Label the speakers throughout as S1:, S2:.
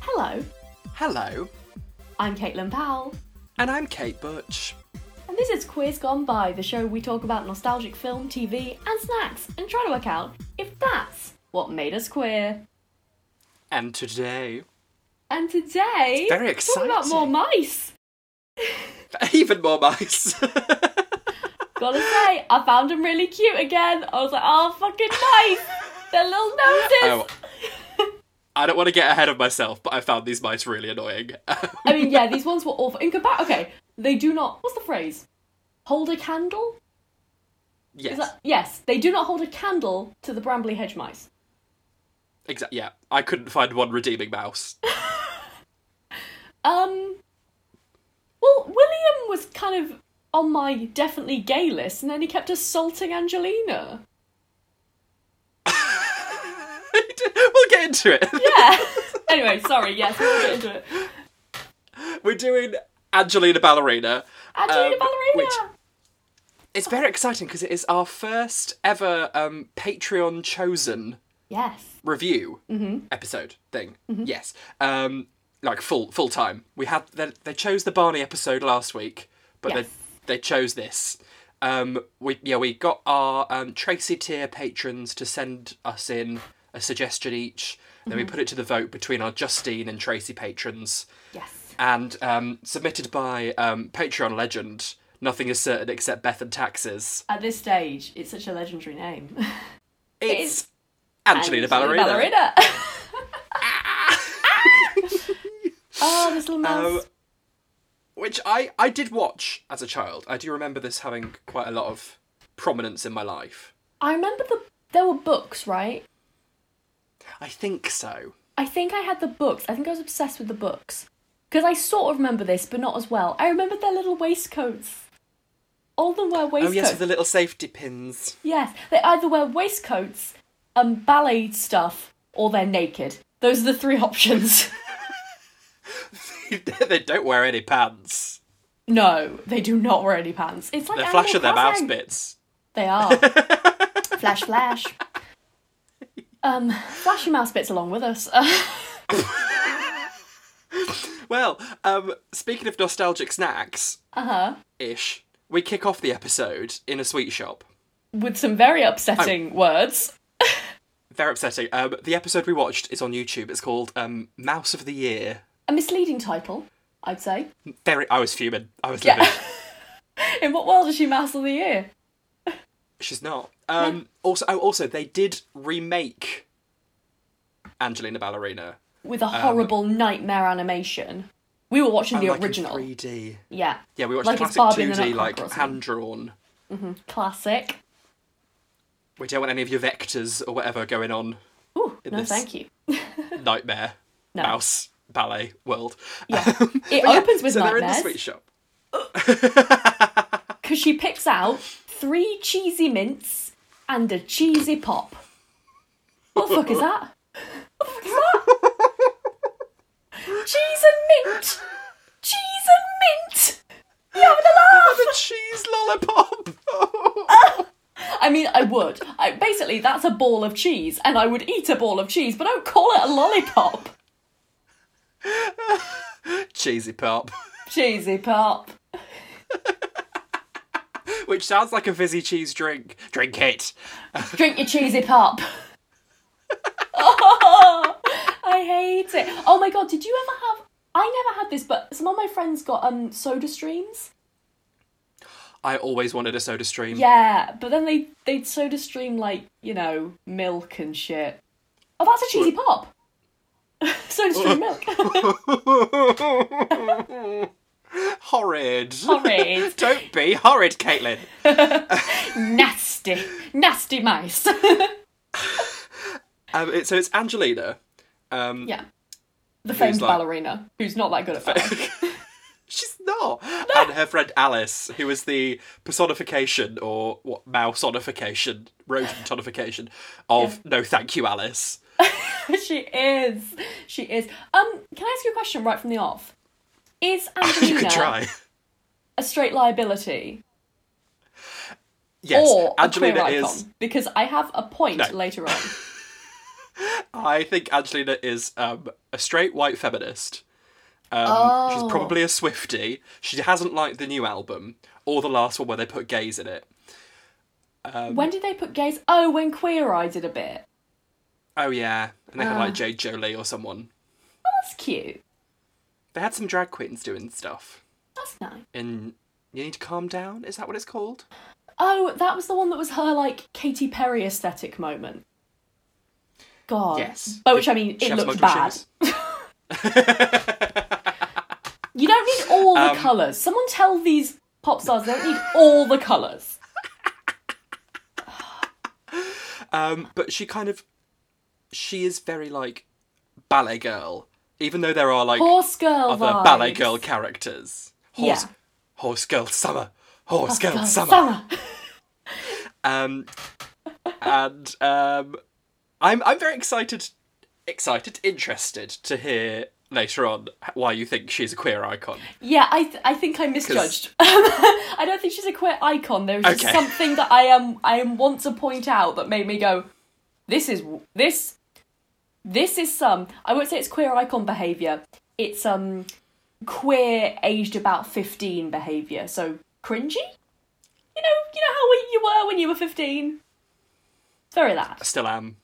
S1: Hello,
S2: Hello,
S1: I'm Caitlin Powell,
S2: and I'm Kate Butch.
S1: and this is Queers Gone By, the show we talk about nostalgic film, TV, and snacks and try to work out if that's what made us queer.
S2: And today,
S1: And today,
S2: very
S1: talk about more mice.
S2: exciting. even more mice.
S1: Gotta say, I found them really cute again. I was like, oh, fucking mice! Their little
S2: Oh.
S1: noses!
S2: I don't want to get ahead of myself, but I found these mice really annoying.
S1: I mean, yeah, these ones were awful. In comparison, okay, they do not, what's the phrase? Hold a candle?
S2: yes,
S1: Is that, yes, they do not hold a candle to the brambly hedge mice.
S2: exactly. Yeah, I couldn't find one redeeming mouse.
S1: Um. Well, William was kind of on my definitely gay list, and then he kept assaulting Angelina.
S2: we'll get into it.
S1: Yeah. anyway, sorry. Yes, we'll get into it.
S2: We're doing Angelina Ballerina.
S1: Angelina
S2: Um,
S1: Ballerina.
S2: which- It's very exciting because it is our first ever um, Patreon chosen
S1: Yes.
S2: review episode thing. Yes, um, like full full time. We had they, they chose the Barney episode last week, but
S1: Yes.
S2: they they chose this. Um, we yeah we got our um, Tracy tier patrons to send us in a suggestion each. Then we put it to the vote between our Justine and Tracy patrons,
S1: Yes.
S2: and um, submitted by um, Patreon legend. Nothing is certain except Beth and taxes.
S1: At this stage, it's such a legendary name.
S2: It's,
S1: is
S2: Angelina, Ballerina.
S1: Ballerina. oh, this little mouse.
S2: Um, which I, I did watch as a child. I do remember this having quite a lot of prominence in my life.
S1: I remember the there were books, right?
S2: I think so.
S1: I think I had the books. I think I was obsessed with the books. Because I sort of remember this, but not as well. I remember their little waistcoats. All of them wear
S2: Oh
S1: waistcoats.
S2: yes, with the little safety pins.
S1: Yes, they either wear waistcoats and ballet stuff, or they're naked. Those are the three options.
S2: they don't wear any pants.
S1: no, they do not wear any pants. It's like
S2: They're
S1: Animal
S2: flashing their mouse
S1: Crossing.
S2: bits.
S1: They are. flash, flash. Um, flash your mouse bits along with us. Uh-huh.
S2: Well, um, speaking of nostalgic snacks,
S1: uh huh.
S2: ish, we kick off the episode in a sweet shop.
S1: With some very upsetting words.
S2: Very upsetting. Um, the episode we watched is on YouTube. It's called um, Mouse of the Year.
S1: A misleading title, I'd say.
S2: Very. I was fuming. I was
S1: Yeah.
S2: living.
S1: In what world is she mouse of the year?
S2: She's not. Um, also, oh, also, they did remake Angelina Ballerina.
S1: With a horrible nightmare animation. We were watching the
S2: like in
S1: original.
S2: 3D.
S1: Yeah.
S2: Yeah, we watched
S1: Like
S2: the
S1: it's Barbie
S2: classic
S1: and the
S2: 2D, like
S1: Nutcracker or something.
S2: hand drawn.
S1: Classic.
S2: We don't want any of your vectors or whatever going on.
S1: Ooh, no
S2: this-
S1: thank you.
S2: Nightmare,
S1: No.
S2: mouse, ballet, world.
S1: Yeah.
S2: Um,
S1: It
S2: but yeah,
S1: opens with
S2: so they're in the
S1: nightmares.
S2: sweet shop.
S1: Because she picks out three cheesy mints and a cheesy pop. What the fuck is that? What the fuck is that? Cheese and mint! Cheese and mint! You having a laugh?
S2: Oh, The cheese lollipop.
S1: I mean, I would. I, basically, that's a ball of cheese, and I would eat a ball of cheese, but don't call it a lollipop.
S2: Cheesy pop,
S1: Cheesy pop.
S2: which sounds like a fizzy cheese drink. Drink it.
S1: Drink your cheesy pop. Oh, I hate it. Oh my god, did you ever have? I never had this, but some of my friends got um soda streams.
S2: I always wanted a soda stream.
S1: Yeah, but then they they'd soda stream like you know milk and shit. Oh, that's a cheesy pop. soda stream milk. Oh,
S2: Horrid.
S1: Horrid.
S2: Don't be horrid, Caitlin.
S1: nasty, nasty mice.
S2: Um, it, so it's Angelina. Um,
S1: yeah, the famed
S2: like-
S1: ballerina who's not that good at ballet.
S2: She's not. And her friend Alice, who is the personification or what mouseonification, rodentonification of no thank you, Alice.
S1: she is. She is. Um, can I ask you a question right from the off? Is
S2: You
S1: Angelina
S2: could try.
S1: a straight liability
S2: Yes,
S1: or
S2: Angelina
S1: a queer
S2: is.
S1: icon? Because I have a point
S2: No.
S1: later on.
S2: I think Angelina is um, a straight white feminist. Um,
S1: Oh.
S2: She's probably a Swifty. She hasn't liked the new album or the last one where they put gays in it. Um,
S1: when did they put gays? Oh, when Queer Eye did a bit.
S2: Oh yeah, and they had
S1: Ah.
S2: like J. Jolie or someone.
S1: That's cute.
S2: They had some drag queens doing stuff.
S1: That's nice.
S2: And you need to calm down. Is that what it's called?
S1: Oh, that was the one that was her like Katy Perry aesthetic moment. God.
S2: Yes.
S1: By which I mean
S2: She
S1: it
S2: had
S1: looks
S2: smudged
S1: bad.
S2: shoes.
S1: You don't need all the
S2: Um,
S1: colours. Someone tell these pop stars they don't need all the colours.
S2: Um, but she kind of, she is very like ballet girl, even though there are like
S1: Horse girl
S2: other
S1: vibes.
S2: ballet girl characters. Horse,
S1: Yeah.
S2: horse girl summer, horse girl
S1: Girl
S2: summer.
S1: summer.
S2: Um, and um, I'm I'm very excited, excited, interested to hear later on why you think she's a queer icon.
S1: Yeah, I th- I think I misjudged. I don't think she's a queer icon. There is just
S2: Okay.
S1: something that I am I am want to point out that made me go, this is this this is some. I won't say it's queer icon behavior. It's um queer aged about fifteen behavior. So cringy. You know, you know how we, you were when you were fifteen. Very that.
S2: Still am.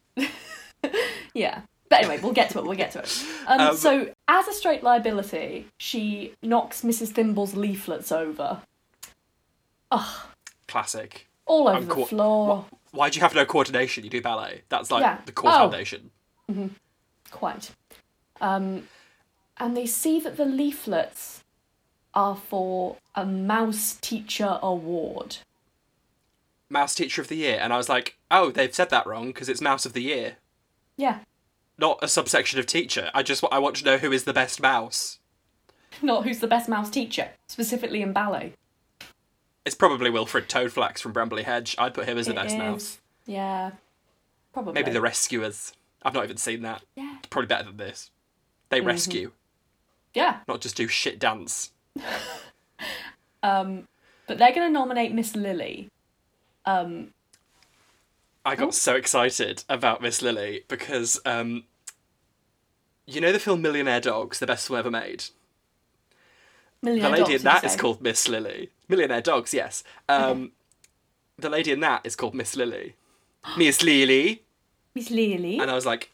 S1: Yeah. But anyway, we'll get to it. We'll get to it. Um,
S2: Um,
S1: so, as a straight liability, she knocks Mrs. Thimble's leaflets over,
S2: Classic.
S1: all over
S2: I'm
S1: the
S2: caught-
S1: floor.
S2: Why do you have no coordination? You do ballet. That's like
S1: Yeah.
S2: the core
S1: Oh.
S2: foundation.
S1: Quite. Um, and they see that the leaflets are for a mouse teacher award.
S2: Mouse Teacher of the Year, and I was like, oh, they've said that wrong because it's Mouse of the Year,
S1: Yeah,
S2: not a subsection of teacher. I just wa- I want to know who is the best mouse.
S1: not who's the best mouse teacher, specifically in ballet.
S2: It's probably Wilfred Toadflax from Brambley Hedge. I'd put him as the
S1: It
S2: best
S1: is.
S2: mouse.
S1: Yeah, probably.
S2: Maybe the Rescuers. I've not even seen that.
S1: Yeah. Mm-hmm.
S2: Probably better than this. They rescue,
S1: Yeah.
S2: not just do shit dance.
S1: Um, but they're going to nominate Miss Lily. Um,
S2: I
S1: Oh.
S2: got so excited about Miss Lily because um, you know the film Millionaire Dogs, the best film ever made. the
S1: Millionaire
S2: lady
S1: Doctor,
S2: in that
S1: you
S2: is
S1: say?
S2: called Miss Lily. Millionaire Dogs, yes. Um, The lady in that is called Miss Lily. Miss Lily.
S1: Miss Lily.
S2: And I was like,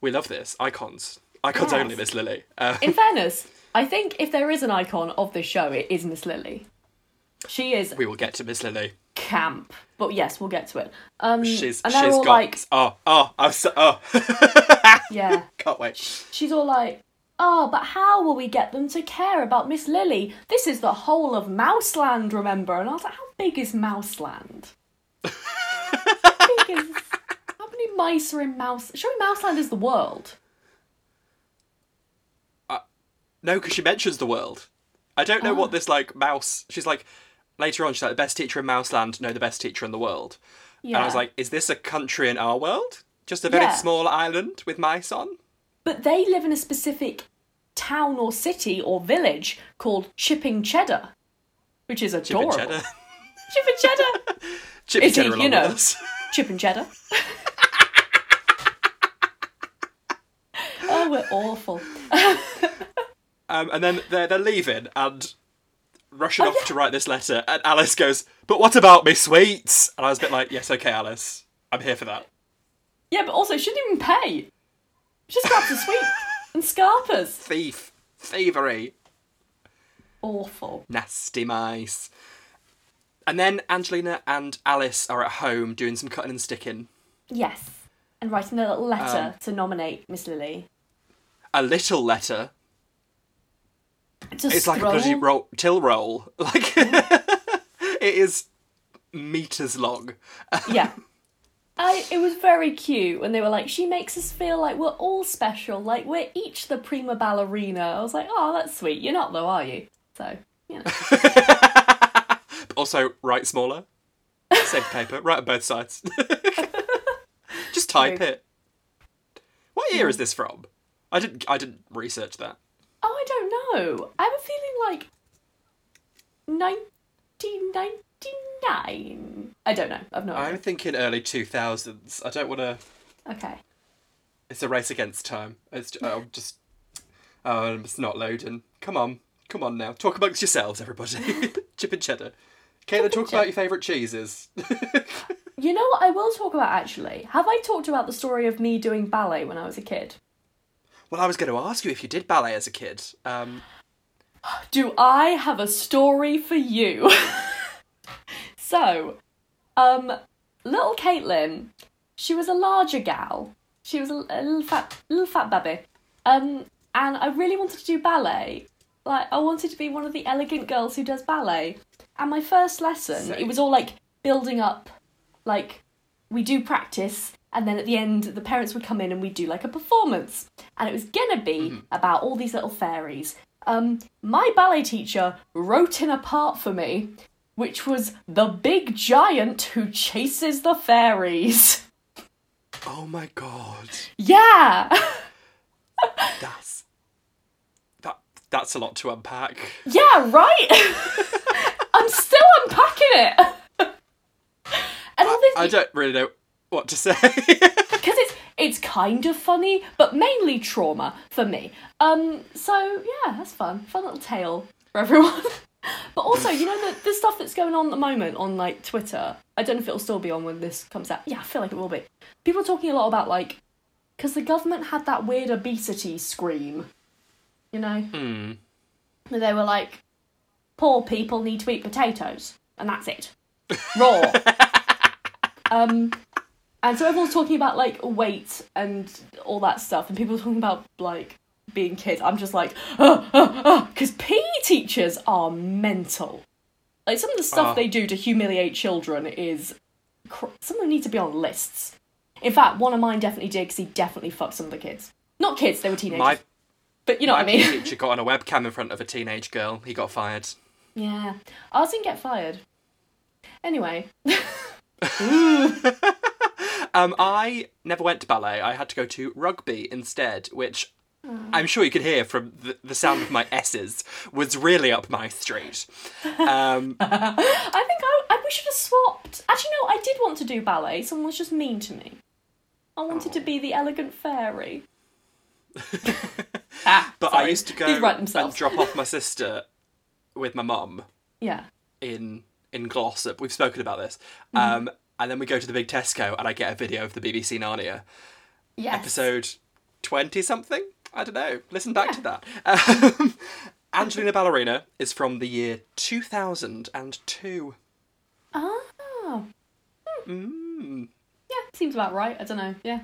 S2: we love this. Icons. Icons
S1: Yes.
S2: only, Miss Lily. Uh,
S1: In fairness, I think if there is an icon of this show, it is Miss Lily. She is
S2: we will get to Miss Lily.
S1: camp. But yes, we'll get to it. Um,
S2: She's
S1: and
S2: she's
S1: they're all
S2: got
S1: like,
S2: oh oh I'm so oh
S1: yeah.
S2: can't wait.
S1: She's all like, oh, but how will we get them to care about Miss Lily? This is the whole of Mouseland, remember? And I was like, how big is Mouseland? how big is? How many mice are in Mouse? Surely Mouseland is the world.
S2: No, because she mentions the world. I don't know what
S1: Ah.
S2: this like mouse. She's like later on. She's like the best teacher in Mouseland. No, the best teacher in the world.
S1: Yeah.
S2: And I was like, is this a country in our world? Just a very
S1: Yeah.
S2: small island with mice on?
S1: But they live in a specific town or city or village called Chipping Cheddar, which is
S2: Chip
S1: adorable.
S2: and cheddar.
S1: Chip and Cheddar.
S2: Chip and
S1: Is he,
S2: cheddar
S1: you
S2: along
S1: know?
S2: with us.
S1: Chip and Cheddar. oh, we're awful.
S2: Um, and then they're, they're leaving and
S1: Oh,
S2: rushing off to write this letter. And Alice goes, but what about me sweets? And I was a bit like, yes, okay, Alice. I'm here for that.
S1: Yeah, but also, she didn't even pay. She just grabbed a sweet and scarpers.
S2: Thief. Thievery.
S1: Awful.
S2: Nasty mice. And then Angelina and Alice are at home doing some cutting and sticking.
S1: Yes. And writing a little
S2: Um,
S1: letter to nominate Miss Lily.
S2: A little letter.
S1: Just
S2: It's like a bloody roll, till roll. Like, it is meters long.
S1: yeah. I, it was very cute when they were like, she makes us feel like we're all special, like we're each the prima ballerina. I was like, oh, that's sweet. You're not though, are you? So, you know.
S2: Also, write smaller. Save the paper. Write on both sides. Just type
S1: True.
S2: it. What year is this from? I didn't. I didn't research that.
S1: Oh, I don't know. I have a feeling like 1999. I don't know. I've not.
S2: I'm thinking early two thousands. I don't want to.
S1: Okay.
S2: It's a race against time. It's oh, just um, it's not loading. Come on, come on now. Talk amongst yourselves, everybody. Chip and cheddar. Caitlin, talk about your favourite cheeses.
S1: You know what I will talk about actually? Have I talked about the story of me doing ballet when I was a kid?
S2: well, I was going to ask you if you did ballet as a kid. Um,
S1: Do I have a story for you? so, um, little Caitlin, she was a larger gal. She was a, a little fat, little fat baby. Um, and I really wanted to do ballet. Like, I wanted to be one of the elegant girls who does ballet. And my first lesson,
S2: Same.
S1: it was all like building up, like we do practice and then at the end the parents would come in and we'd do like a performance and it was gonna be about all these little fairies um my ballet teacher wrote in a part for me which was the big giant who chases the fairies
S2: oh my god,
S1: yeah
S2: that's that that's a lot to unpack.
S1: yeah right i'm still unpacking it and all this
S2: I don't really know what to say.
S1: because it's it's kind of funny but mainly trauma for me um so yeah that's fun fun little tale for everyone but also you know the, the stuff that's going on at the moment on like twitter i don't know if it'll still be on when this comes out yeah i feel like it will be people are talking a lot about like because the government had that weird obesity scream you know
S2: Hmm.
S1: they were like poor people need to eat potatoes and that's it raw um and so everyone's talking about like weight and all that stuff and people are talking about like being kids i'm just like "Uh, because pe teachers are mental like some of the stuff
S2: Oh.
S1: they do to humiliate children is cr- some of them need to be on lists in fact one of mine definitely did because he definitely fucked some of the kids not kids they were teenagers
S2: My
S1: but you know
S2: my
S1: what i mean
S2: PE teacher got on a webcam in front of a teenage girl. He got fired.
S1: Yeah. Ours didn't get fired. Anyway.
S2: Um, I never went to ballet. I had to go to rugby instead, which
S1: Mm.
S2: I'm sure you could hear from the, the sound of my S's was really up my street. Um,
S1: I think I, I we should have swapped. Actually no, I did want to do ballet. Someone was just mean to me. I wanted
S2: Oh.
S1: to be the elegant fairy. ah,
S2: but I
S1: sorry.
S2: used to go
S1: These write
S2: and
S1: themselves.
S2: drop off my sister with my mum
S1: yeah.
S2: in in Glossop. We've spoken about this.
S1: Mm-hmm.
S2: Um, and then we go to the big Tesco, and I get a video of the BBC Narnia
S1: Yes.
S2: episode twenty something. I don't know. Listen back to that. Um, Angelina Ballerina is from the year two thousand and two.
S1: Oh.
S2: Mm.
S1: Yeah, seems about right. I don't know. Yeah.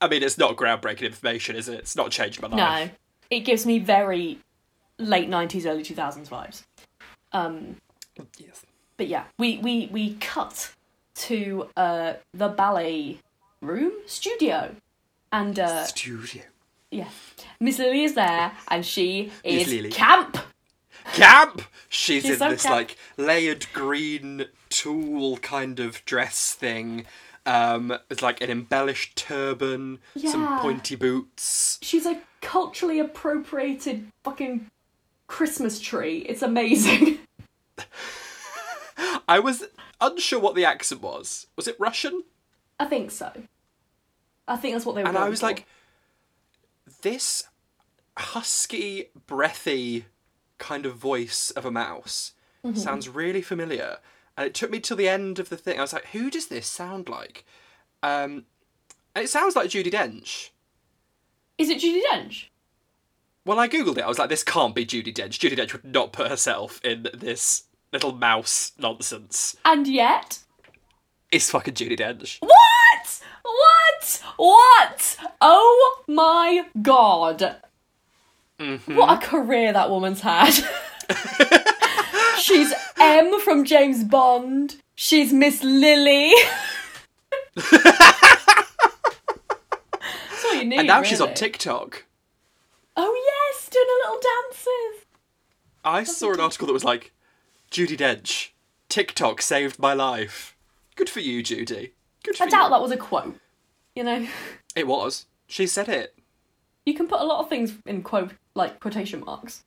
S2: I mean, it's not groundbreaking information, is it? It's not changed my life.
S1: No. It gives me very late 90s early 2000s vibes. Um
S2: No. Yes.
S1: but yeah, we we we cut to uh the ballet room studio, and uh
S2: Studio.
S1: yeah, Miss Lily is there, and she
S2: Miss
S1: is
S2: Lily.
S1: camp.
S2: Camp! She's,
S1: She's
S2: in
S1: so
S2: this,
S1: camp.
S2: like, layered green tulle kind of dress thing. Um, it's like an embellished turban, some
S1: Yeah.
S2: pointy boots.
S1: She's a culturally appropriated fucking Christmas tree. It's amazing.
S2: I was unsure what the accent was. Was it Russian?
S1: I think so. I think that's what they were.
S2: And I
S1: going
S2: was
S1: for.
S2: like, this husky, breathy kind of voice of a mouse
S1: Mm-hmm.
S2: sounds really familiar. And it took me till the end of the thing. I was like, who does this sound like? Um, and it sounds like Judy Dench.
S1: is it Judy Dench?
S2: Well, I googled it. I was like, this can't be Judy Dench. Judy Dench would not put herself in this little mouse nonsense.
S1: And yet,
S2: It's fucking Judy Dench.
S1: what? What? What? Oh my god!
S2: Mm-hmm.
S1: What a career that woman's had. She's M from James Bond. She's Miss Lily. That's all you need.
S2: And now she's
S1: really.
S2: on TikTok.
S1: Oh yes, doing her little dances.
S2: I saw an article that was like, Judy Dench, TikTok saved my life. Good for you, Judy. Good for
S1: I doubt
S2: you.
S1: that was a quote. You know,
S2: It was. She said it.
S1: you can put a lot of things in quote like quotation marks.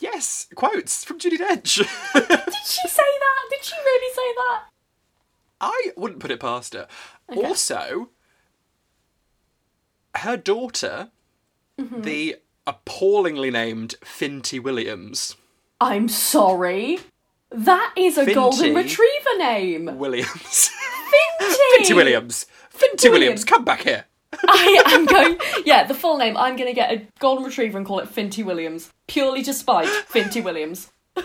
S2: Yes, quotes from Judy Dench.
S1: Did she say that? Did she really say that?
S2: I wouldn't put it past her. Also, her daughter,
S1: Mm-hmm.
S2: the appallingly named Finty Williams.
S1: I'm sorry. That is a golden
S2: Finty.
S1: retriever name.
S2: Williams.
S1: Finty.
S2: Finty Williams. Finty Williams,
S1: Williams.
S2: come back here.
S1: I am going. Yeah, the full name. I'm going to get a golden retriever and call it Finty Williams, purely to spite Finty Williams.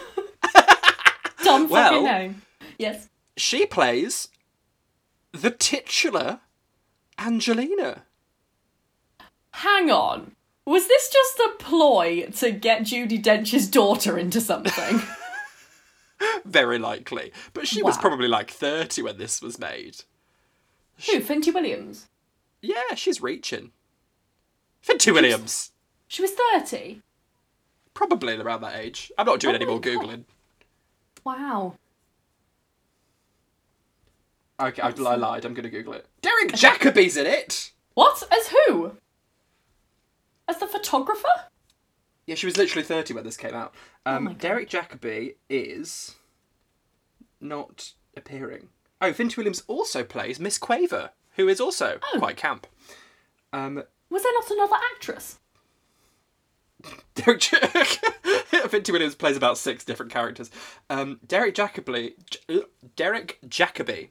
S1: Dumb
S2: Well-
S1: fucking name. Yes.
S2: She plays the titular Angelina.
S1: Hang on. Was this just a ploy to get Judy Dench's daughter into something?
S2: Very likely. But she was
S1: Wow.
S2: probably like 30 when this was made.
S1: Who? Finty Williams.
S2: Yeah, she's reaching. Finty Williams.
S1: She was thirty.
S2: Probably around that age. I'm not doing any
S1: Oh my
S2: more
S1: God.
S2: Googling.
S1: Wow.
S2: Okay, I, I lied. I'm going to Google it. Derek Jacobi's in it.
S1: What? As who? As the photographer?
S2: Yeah, she was literally 30 when this came out. Um,
S1: Oh my God.
S2: Derek Jacobi is not appearing. Oh, Vinty Williams also plays Miss Quaver, who is also
S1: Oh.
S2: quite camp. Um,
S1: Was there not another actress?
S2: Derek Ja- Vinty Williams plays about six different characters. Um, Derek Jacobi, J- uh, Derek Jacobi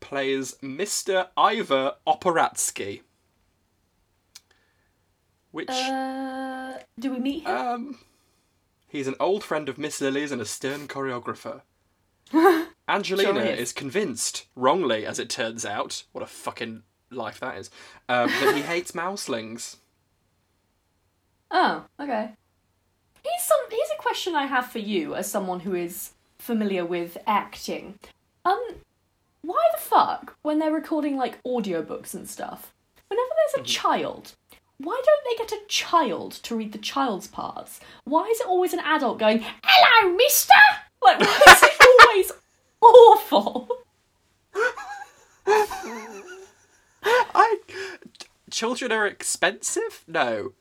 S2: plays Mr. Ivor Operatsky, which
S1: Uh, do we meet him?
S2: Um, he's an old friend of Miss Lily's and a stern choreographer. Angelina
S1: Sure
S2: is.
S1: is.
S2: convinced, wrongly as it turns out, what a fucking life that is, um, that he hates mouselings.
S1: Oh, okay. Here's some. Here's a question I have for you, as someone who is familiar with acting. Um, why the fuck, when they're recording like audiobooks and stuff, whenever there's a child, why don't they get a child to read the child's parts? Why is it always an adult going, "Hello, Mister"? Like, why is it always awful?
S2: I. Children are expensive? No.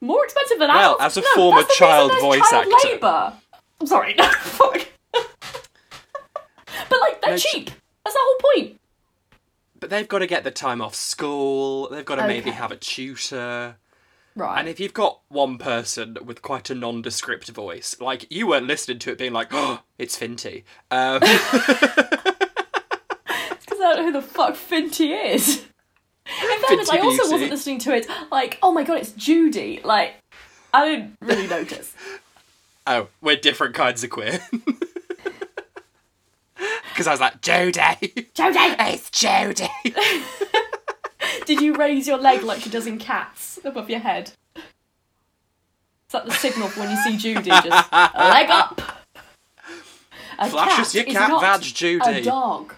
S1: More expensive than
S2: Well,
S1: adults.
S2: as
S1: No,
S2: a former
S1: that's the reason
S2: child
S1: there's
S2: voice
S1: child
S2: actor.
S1: Labor. I'm sorry, no, fuck. but like, they're
S2: No, ch-
S1: cheap. That's the whole point.
S2: But they've got to get the time off school, they've got to maybe
S1: Okay.
S2: have a tutor.
S1: Right.
S2: And if you've got one person with quite a nondescript voice, like you weren't listening to it being like, oh, it's Finty. Um,
S1: Because I don't know who the fuck Finty is. In fairness, I
S2: Finty
S1: also
S2: Beauty.
S1: wasn't listening to it like, oh my god, it's Judy. Like, I didn't really notice.
S2: Oh, we're different kinds of queer. Because I was like, Jodie.
S1: Judy!
S2: It's Jodie.
S1: Did you raise your leg like she does in cats above your head? Is that the signal for when you see Judy? Just leg up! A
S2: Flash us your
S1: is
S2: cat
S1: not
S2: badge,
S1: A
S2: Judy.
S1: dog.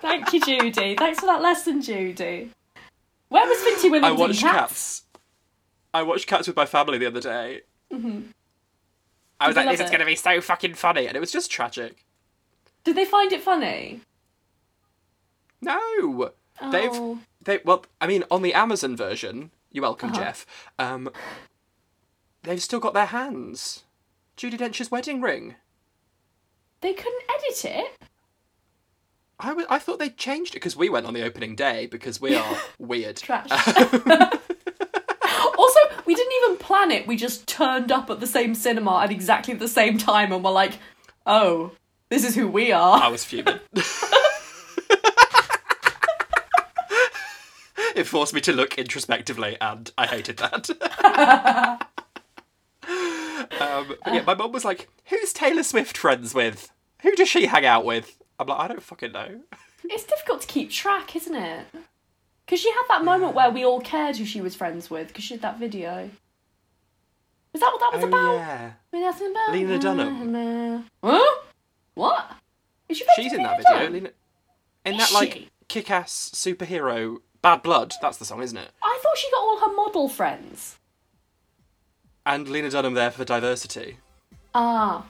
S1: Thank you, Judy. Thanks for that lesson, Judy. Where was Finty Williams
S2: I
S1: in
S2: watched cats. I watched Cats with my family the other day. I was
S1: Did you Mm-hmm.
S2: like, this
S1: love
S2: is
S1: it?
S2: going to be so fucking funny. And it was just tragic.
S1: Did they find it funny?
S2: No.
S1: Oh.
S2: They've. They, well, I mean, on the Amazon version, you're welcome,
S1: Uh-huh.
S2: Jeff. Um, they've still got their hands. Judy Dench's wedding ring.
S1: They couldn't edit it.
S2: I wa- I thought they changed it because we went on the opening day because we are weird.
S1: Trash. also, we didn't even plan it. We just turned up at the same cinema at exactly the same time and were like, oh, this is who we are.
S2: I was fuming. it forced me to look introspectively, and I hated that. um, but yeah, my mum was like, "Who's Taylor Swift friends with? Who does she hang out with?" I'm like, "I don't fucking know."
S1: It's difficult to keep track, isn't it? Because she had that moment where we all cared who she was friends with because she had that video. Was that what that was about?
S2: Oh, yeah,
S1: I mean, that's about?
S2: Lena Dunham.
S1: Huh? What? Is she friends
S2: she's
S1: with
S2: in that
S1: Lena
S2: video.
S1: Dunham?
S2: Lena- In
S1: Is
S2: that like
S1: she?
S2: kick-ass superhero, Bad Blood. That's the song, isn't it?
S1: I thought she got all her model friends.
S2: And Lena Dunham there for diversity.
S1: Ah.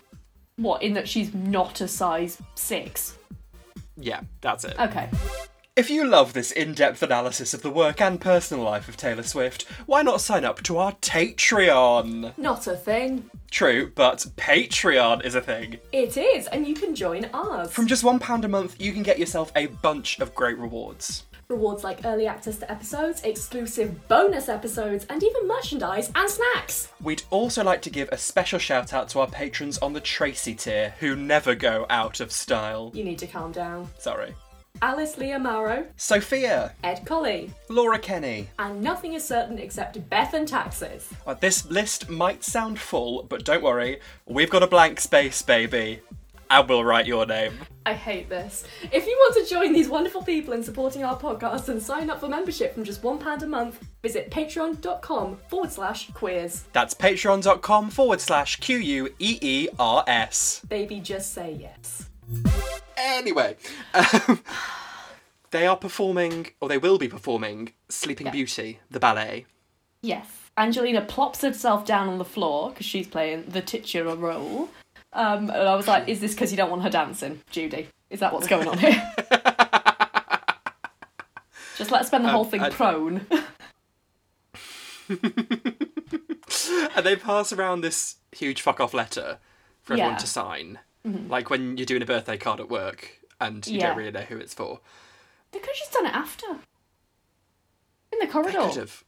S1: What, in that she's not a size six?
S2: Yeah, that's it.
S1: Okay.
S2: If you love this in depth analysis of the work and personal life of Taylor Swift, why not sign up to our Patreon?
S1: Not a thing.
S2: True, but Patreon is a thing.
S1: It is, and you can join ours.
S2: From just £1 a month, you can get yourself a bunch of great rewards.
S3: Rewards like early access to episodes, exclusive bonus episodes, and even merchandise and snacks.
S2: We'd also like to give a special shout out to our patrons on the Tracy tier who never go out of style.
S3: You need to calm down.
S2: Sorry.
S3: Alice Lee Amaro,
S2: Sophia,
S3: Ed Colley,
S2: Laura Kenny.
S3: and nothing is certain except Beth and taxes.
S2: Uh, this list might sound full, but don't worry, we've got a blank space, baby. And we'll write your name.
S3: I hate this. If you want to join these wonderful people in supporting our podcast and sign up for membership from just £1 a month, visit patreon.com forward slash queers.
S2: That's patreon.com forward slash Q U E E R S.
S3: Baby, just say yes.
S2: Anyway, um, they are performing, or they will be performing, Sleeping Beauty, the ballet.
S1: Yes. Angelina plops herself down on the floor because she's playing the titular role. Um, and I was like, is this because you don't want her dancing, Judy? Is that what's going on here? Just let's spend the whole thing
S2: Um, I-
S1: prone.
S2: And they pass around this huge fuck off letter for everyone
S1: Yeah. Mm-hmm.
S2: to sign. Like when you're doing a birthday card at work and you
S1: Yeah.
S2: don't really know who it's for.
S1: they could have just done it after. In the
S2: They
S1: corridor.
S2: could have.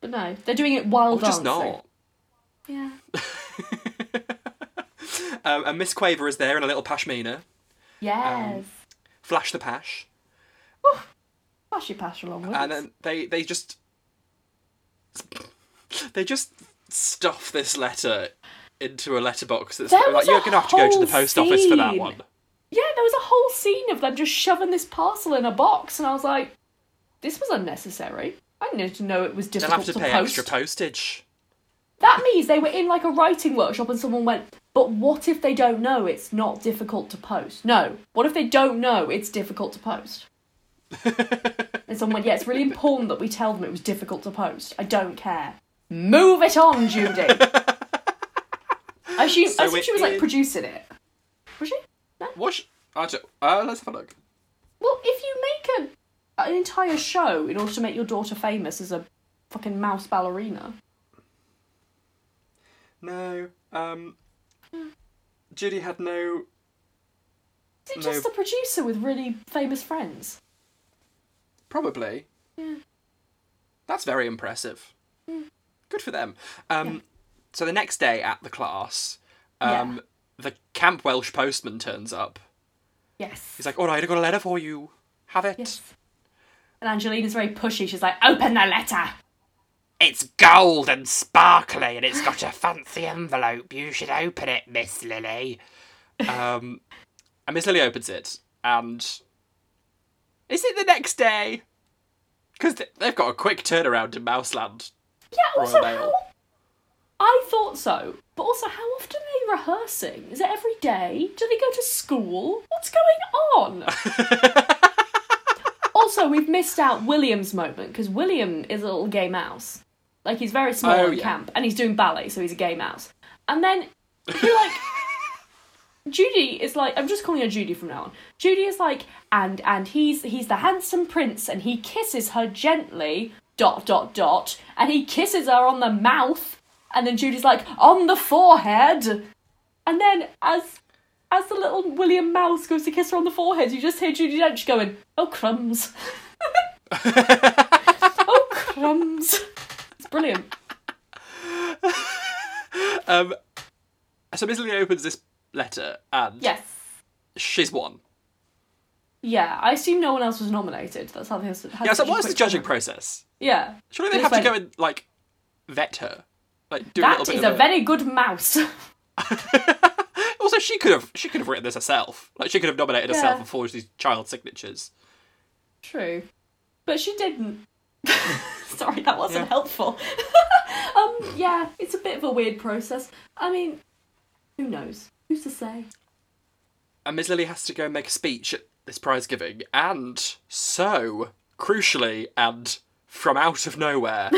S1: But no, they're doing it while
S2: Or just
S1: dancing.
S2: not.
S1: Yeah.
S2: Um, and Miss Quaver is there in a little pashmina.
S1: Yes.
S2: Flash the pash.
S1: Pass your pass along with
S2: and
S1: us.
S2: then they they just they just stuff this letter into a letterbox that's
S1: There was
S2: like you're
S1: a
S2: gonna have to go to the
S1: whole
S2: post office for that
S1: scene.
S2: one
S1: Yeah, there was a whole scene of them just shoving this parcel in a box, and I was like, this was unnecessary. I didn't need to know it was
S2: they'll
S1: difficult
S2: have to pay
S1: post.
S2: extra postage
S1: That means they were in like a writing workshop and someone went, but what if they don't know it's not difficult to post? No. What if they don't know it's difficult to post? and someone went, yeah, it's really important that we tell them it was difficult to post. I don't care. Move it on, Judy. I assume,
S2: So
S1: I assume
S2: it
S1: she was like
S2: is-
S1: producing it. Was she?
S2: what sh- I don't- uh, let's have a look
S1: Well, if you make a, an entire show in order to make your daughter famous as a fucking mouse ballerina,
S2: no um judy had no
S1: is it
S2: No.
S1: just a producer with really famous friends?
S2: probably that's very impressive good for them um so the next day at the class um the camp welsh postman turns up
S1: Yes.
S2: he's like all right i got a letter for you have it
S1: Yes. And Angelina's very pushy. She's like, open the letter.
S4: It's gold and sparkly, and it's got a fancy envelope. You should open it, Miss Lily.
S2: Um, and Miss Lily opens it, and is it the next day? Because they've got a quick turnaround in Mouseland.
S1: Yeah, also,
S2: Royal
S1: how...
S2: Mail.
S1: I thought so. But also, how often are they rehearsing? Is it every day? Do they go to school? What's going on? also, we've missed out William's moment because William is a little gay mouse. Like, he's very small
S2: Oh,
S1: in
S2: yeah.
S1: camp and he's doing ballet, so he's a gay mouse. And then he, like, Judy is like I'm just calling her Judy from now on. Judy is like and and he's he's the handsome prince and he kisses her gently dot dot dot and he kisses her on the mouth and then Judy's like on the forehead and then as as the little William Mouse goes to kiss her on the forehead you just hear Judy Dench going oh crumbs oh crumbs it's brilliant
S2: Um, so Miss Lily opens this letter, and
S1: yes
S2: she's won.
S1: yeah I assume no one else was nominated that's how this
S2: Yeah, so what is the judging process?
S1: yeah
S2: Surely they
S1: They
S2: have to
S1: just
S2: go
S1: went-
S2: and like vet her, like do a
S1: that
S2: little
S1: is
S2: bit.
S1: a
S2: of
S1: very good mouse.
S2: Also, she could have she could have written this forself. Like she could have nominated herself
S1: Yeah.
S2: and forged these child signatures.
S1: True. But she didn't. Sorry, that wasn't
S2: Yeah.
S1: helpful. um, yeah, it's a bit of a weird process. I mean, who knows? Who's to say?
S2: And Ms. Lily has to go and make a speech at this prize giving. And so, crucially, and from out of nowhere,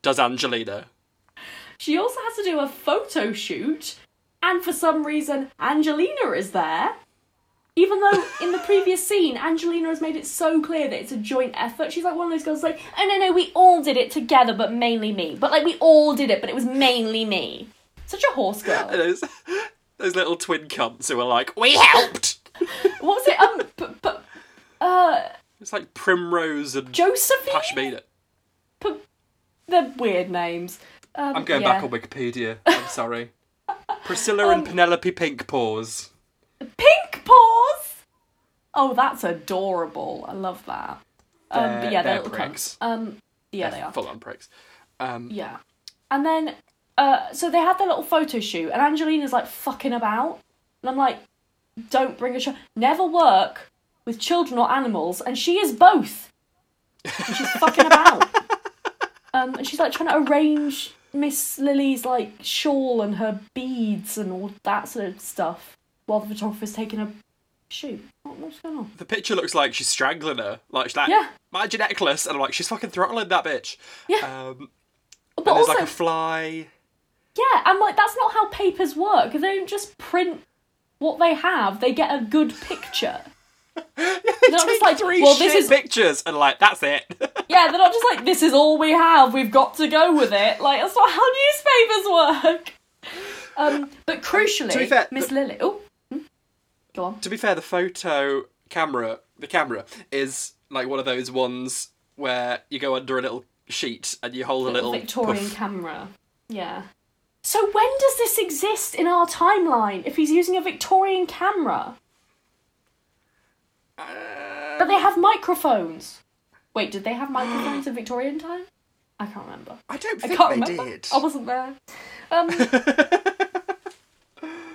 S2: does Angelina.
S1: She also has to do a photo shoot, and for some reason, Angelina is there. Even though in the previous scene, Angelina has made it so clear that it's a joint effort. She's like one of those girls, like, oh no, no, we all did it together, but mainly me. But like, we all did it, but it was mainly me. Such a horse girl.
S2: And those, those little twin cunts who are like,
S4: We helped.
S1: What was it? Um, p- p- uh,
S2: It's like Primrose and
S1: Josephine?
S2: Pashmina.
S1: They're weird names. Um,
S2: I'm going
S1: yeah. Um,
S2: back on Wikipedia. I'm sorry. Priscilla and Penelope Pinkpaws.
S1: Pink paws! Oh, that's adorable. I love that. Um, but yeah, they're,
S2: they're
S1: little
S2: pricks.
S1: cunts. Um, yeah, they are.
S2: Full on pricks. Um,
S1: Yeah. And then, uh, so they had their little photo shoot, and Angelina's like fucking about. And I'm like, don't bring a child. Never work with children or animals, and she is both. And she's fucking about. Um, and she's like trying to arrange Miss Lily's like shawl and her beads and all that sort of stuff while the photographer's taking a shoot. What, what's going on?
S2: the picture looks like she's strangling her. Like she's like,
S1: Yeah.
S2: mind your necklace. And I'm like, she's fucking throttling that bitch.
S1: Yeah.
S2: Um,
S1: But
S2: and there's
S1: also,
S2: like a fly.
S1: Yeah, and like that's not how papers work. They don't just print what they have. They get a good picture. they're not just like,
S2: Three
S1: well,
S2: shit
S1: this is
S2: pictures. And like, that's it.
S1: yeah. They're not just like, this is all we have. We've got to go with it. Like that's not how newspapers work. Um, but crucially,
S2: to be fair,
S1: Miss
S2: the-
S1: Lily. Oh, hmm? go on.
S2: to be fair, the photo camera, the camera is like one of those ones where you go under a little sheet and you hold a little
S1: Victorian
S2: puff.
S1: camera. Yeah. So when does this exist in our timeline? If he's using a Victorian camera, but they have microphones. Wait, did they have microphones in Victorian time? I can't remember.
S2: I don't
S1: I
S2: think
S1: can't
S2: they
S1: remember. Oh,
S2: did.
S1: I wasn't there. Um,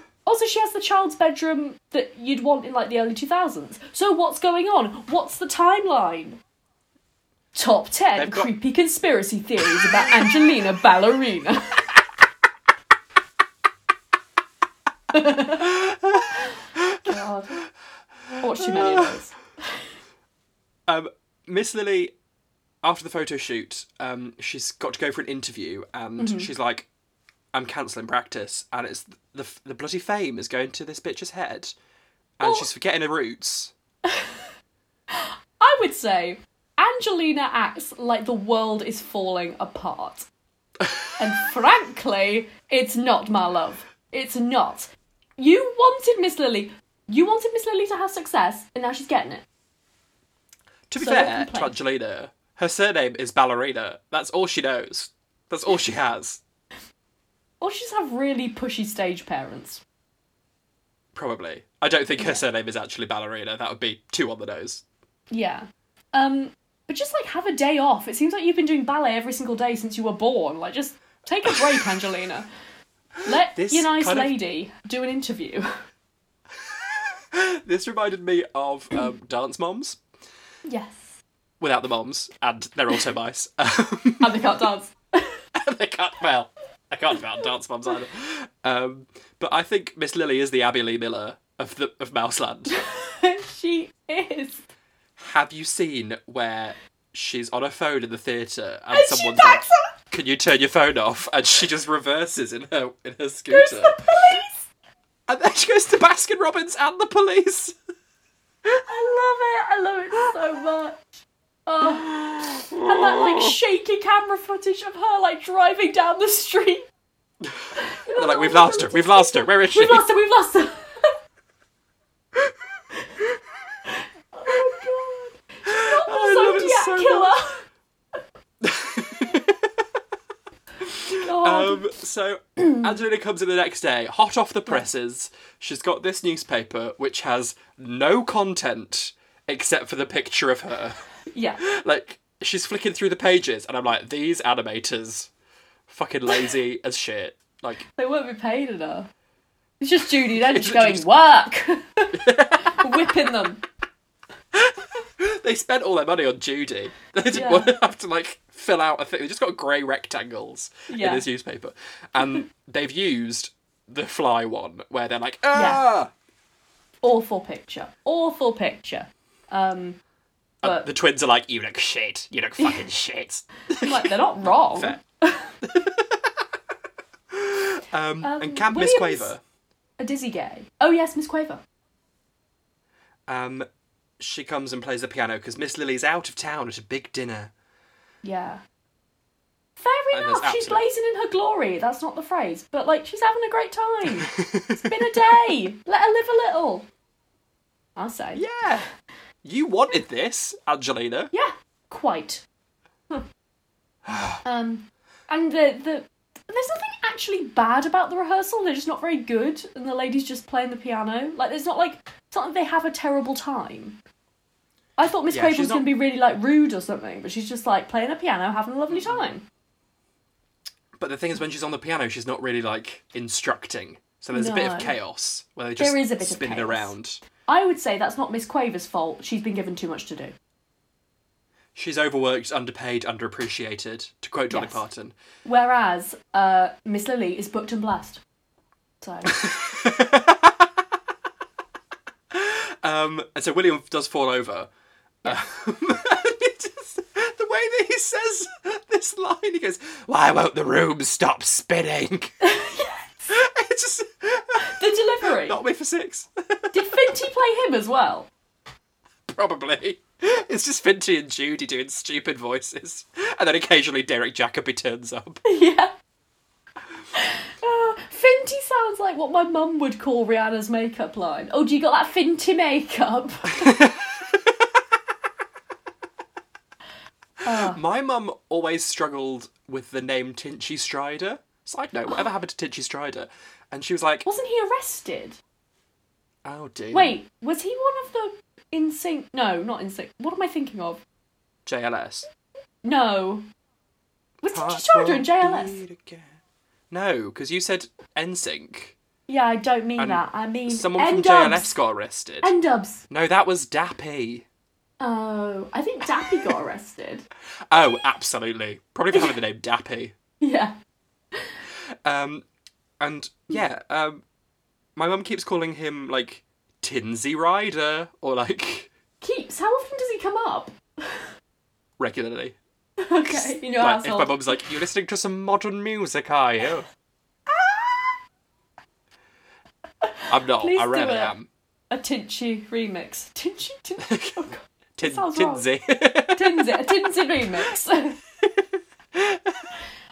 S1: also, she has the child's bedroom that you'd want in like the early two thousands. So what's going on? What's the timeline? Top 10
S2: They've got-
S1: creepy conspiracy theories about Angelina Ballerina. God. I watched too many of those.
S2: Um, Miss Lily, after the photo shoot, um, she's got to go for an interview, and
S1: Mm-hmm.
S2: she's like, "I'm cancelling practice," and it's the the bloody fame is going to this bitch's head, and she's forgetting her roots.
S1: I would say Angelina acts like the world is falling apart. and frankly, it's not, my love. It's not. You wanted Miss Lily. You wanted Miss Lily to have success, and now she's getting it.
S2: To be
S1: So
S2: fair
S1: don't
S2: to
S1: complain.
S2: Angelina, her surname is Ballerina. That's all she knows. That's all she has,
S1: Or she just have really pushy stage parents.
S2: probably. I don't think her surname is actually Ballerina. That would be too on the nose.
S1: Yeah. Um, but just like have a day off. It seems like you've been doing ballet every single day since you were born. Like just take a break, Angelina. Let
S2: This
S1: your nice
S2: kind of-
S1: lady do an interview.
S2: This reminded me of um, Dance Moms
S1: yes.
S2: without the moms, and they're also mice.
S1: And they can't dance.
S2: they can't fail. They can't fail dance moms either. Um, but I think Miss Lily is the Abby Lee Miller of the of Mouseland.
S1: she is.
S2: Have you seen where she's on her phone in the theatre and,
S1: And she
S2: someone's like,
S1: backs up
S2: "Can you turn your phone off?" and she just reverses in her in her scooter,
S1: the police.
S2: and then she goes to Baskin Robbins and the police.
S1: I love it. I love it so much. Oh. And that like shaky camera footage of her like driving down the street.
S2: They're like, "We've lost her. We've lost her. Where is she?"
S1: We've lost her. We've lost her. oh god.
S2: I love it
S1: Zodiac
S2: so
S1: killer. god.
S2: Um, so Angelina comes in the next day, hot off the presses. She's got this newspaper which has no content except for the picture of her.
S1: yeah.
S2: Like she's flicking through the pages, and I'm like, these animators, fucking lazy as shit. Like
S1: They won't be paid enough. It's just Judy then just
S2: It's
S1: going
S2: just-
S1: work, whipping them.
S2: they spent all their money on Judy. They didn't
S1: Yeah.
S2: want to have to like fill out a thing. They just got grey rectangles
S1: Yeah.
S2: in this newspaper, and they've used the fly one where they're like, ah.
S1: Awful picture. Awful picture. Um,
S2: And
S1: but
S2: the twins are like, you look shit.
S4: Shit, you look fucking shit.
S1: like they're not wrong.
S2: Fair. Um,
S1: Um,
S2: and Camp Miss
S1: Williams-
S2: Quaver,
S1: A dizzy gay. Oh yes, Miss Quaver.
S2: um, she comes and plays the piano because Miss Lily's out of town at a big dinner.
S1: Yeah. Fair
S2: And
S1: enough.
S2: there's
S1: She's
S2: absolute-
S1: blazing in her glory. That's not the phrase, but like she's having a great time. it's been a day. Let her live a little. I say.
S2: Yeah. You wanted this, Angelina.
S1: Yeah, quite. Huh. um, and the the there's nothing actually bad about the rehearsal. They're just not very good, and the lady's just playing the piano. Like, there's not like it's not that they have a terrible time. I thought Miss
S2: Yeah,
S1: Crable
S2: she's
S1: was
S2: not-
S1: going to be really like rude or something, but she's just like playing a piano, having a lovely time.
S2: But the thing is, when she's on the piano, she's not really like instructing. So there's a bit of
S1: No.
S2: chaos where they just
S1: is a bit of
S2: spin it
S1: chaos.
S2: around.
S1: I would say that's not Miss Quaver's fault. She's been given too much to do.
S2: She's overworked, underpaid, underappreciated. To quote Dolly
S1: Yes.
S2: Parton,
S1: Whereas uh, Miss Lily is booked and blessed. So
S2: Um, and so William does fall over. Um, it just- the way that he says this line, he goes, "Why won't the room stop spinning?" it's just
S1: the delivery.
S2: not me for six,
S1: Did Finty play him as well?
S2: probably. It's just Finty and Judy doing stupid voices, and then occasionally Derek Jacobi turns up.
S1: yeah. Uh, Finty sounds like what my mum would call Rihanna's makeup line. Oh, do you got that Finty makeup?
S2: My mum always struggled with the name Tinchy Strider. Side note: Whatever happened to Tinchy Strider? And she was like,
S1: Wasn't he arrested?
S2: "Oh dear."
S1: Wait, was he one of the in sync? No, not in sync. What am I thinking of?
S2: JLS.
S1: No. Was Tinchy
S2: Heart
S1: Charger in
S2: won't
S1: JLS?
S2: beat again. No, because you said NSYNC.
S1: Yeah, I don't mean
S2: And
S1: that. I mean
S2: Someone from JLS
S1: N-dubs.
S2: got arrested.
S1: N-dubs.
S2: no, that was Dappy.
S1: Oh, I think Dappy got arrested.
S2: Oh, absolutely. Probably for having the name Dappy.
S1: Yeah.
S2: Um, and yeah, um, my mum keeps calling him like Tinsy Rider or like
S1: Keeps. How often does he come up?
S2: regularly.
S1: Okay, you know
S2: Like, if
S1: household.
S2: my mum's like, "You're listening to some modern music, are you?" I'm not.
S1: Ah! Please
S2: I
S1: do
S2: rarely
S1: it.
S2: am.
S1: A Tinchy remix. Tinchy, Tinchy. Oh god.
S2: Tin-
S1: sounds wrong.
S2: Tinsy.
S1: Tinsy, a Tinsy remix.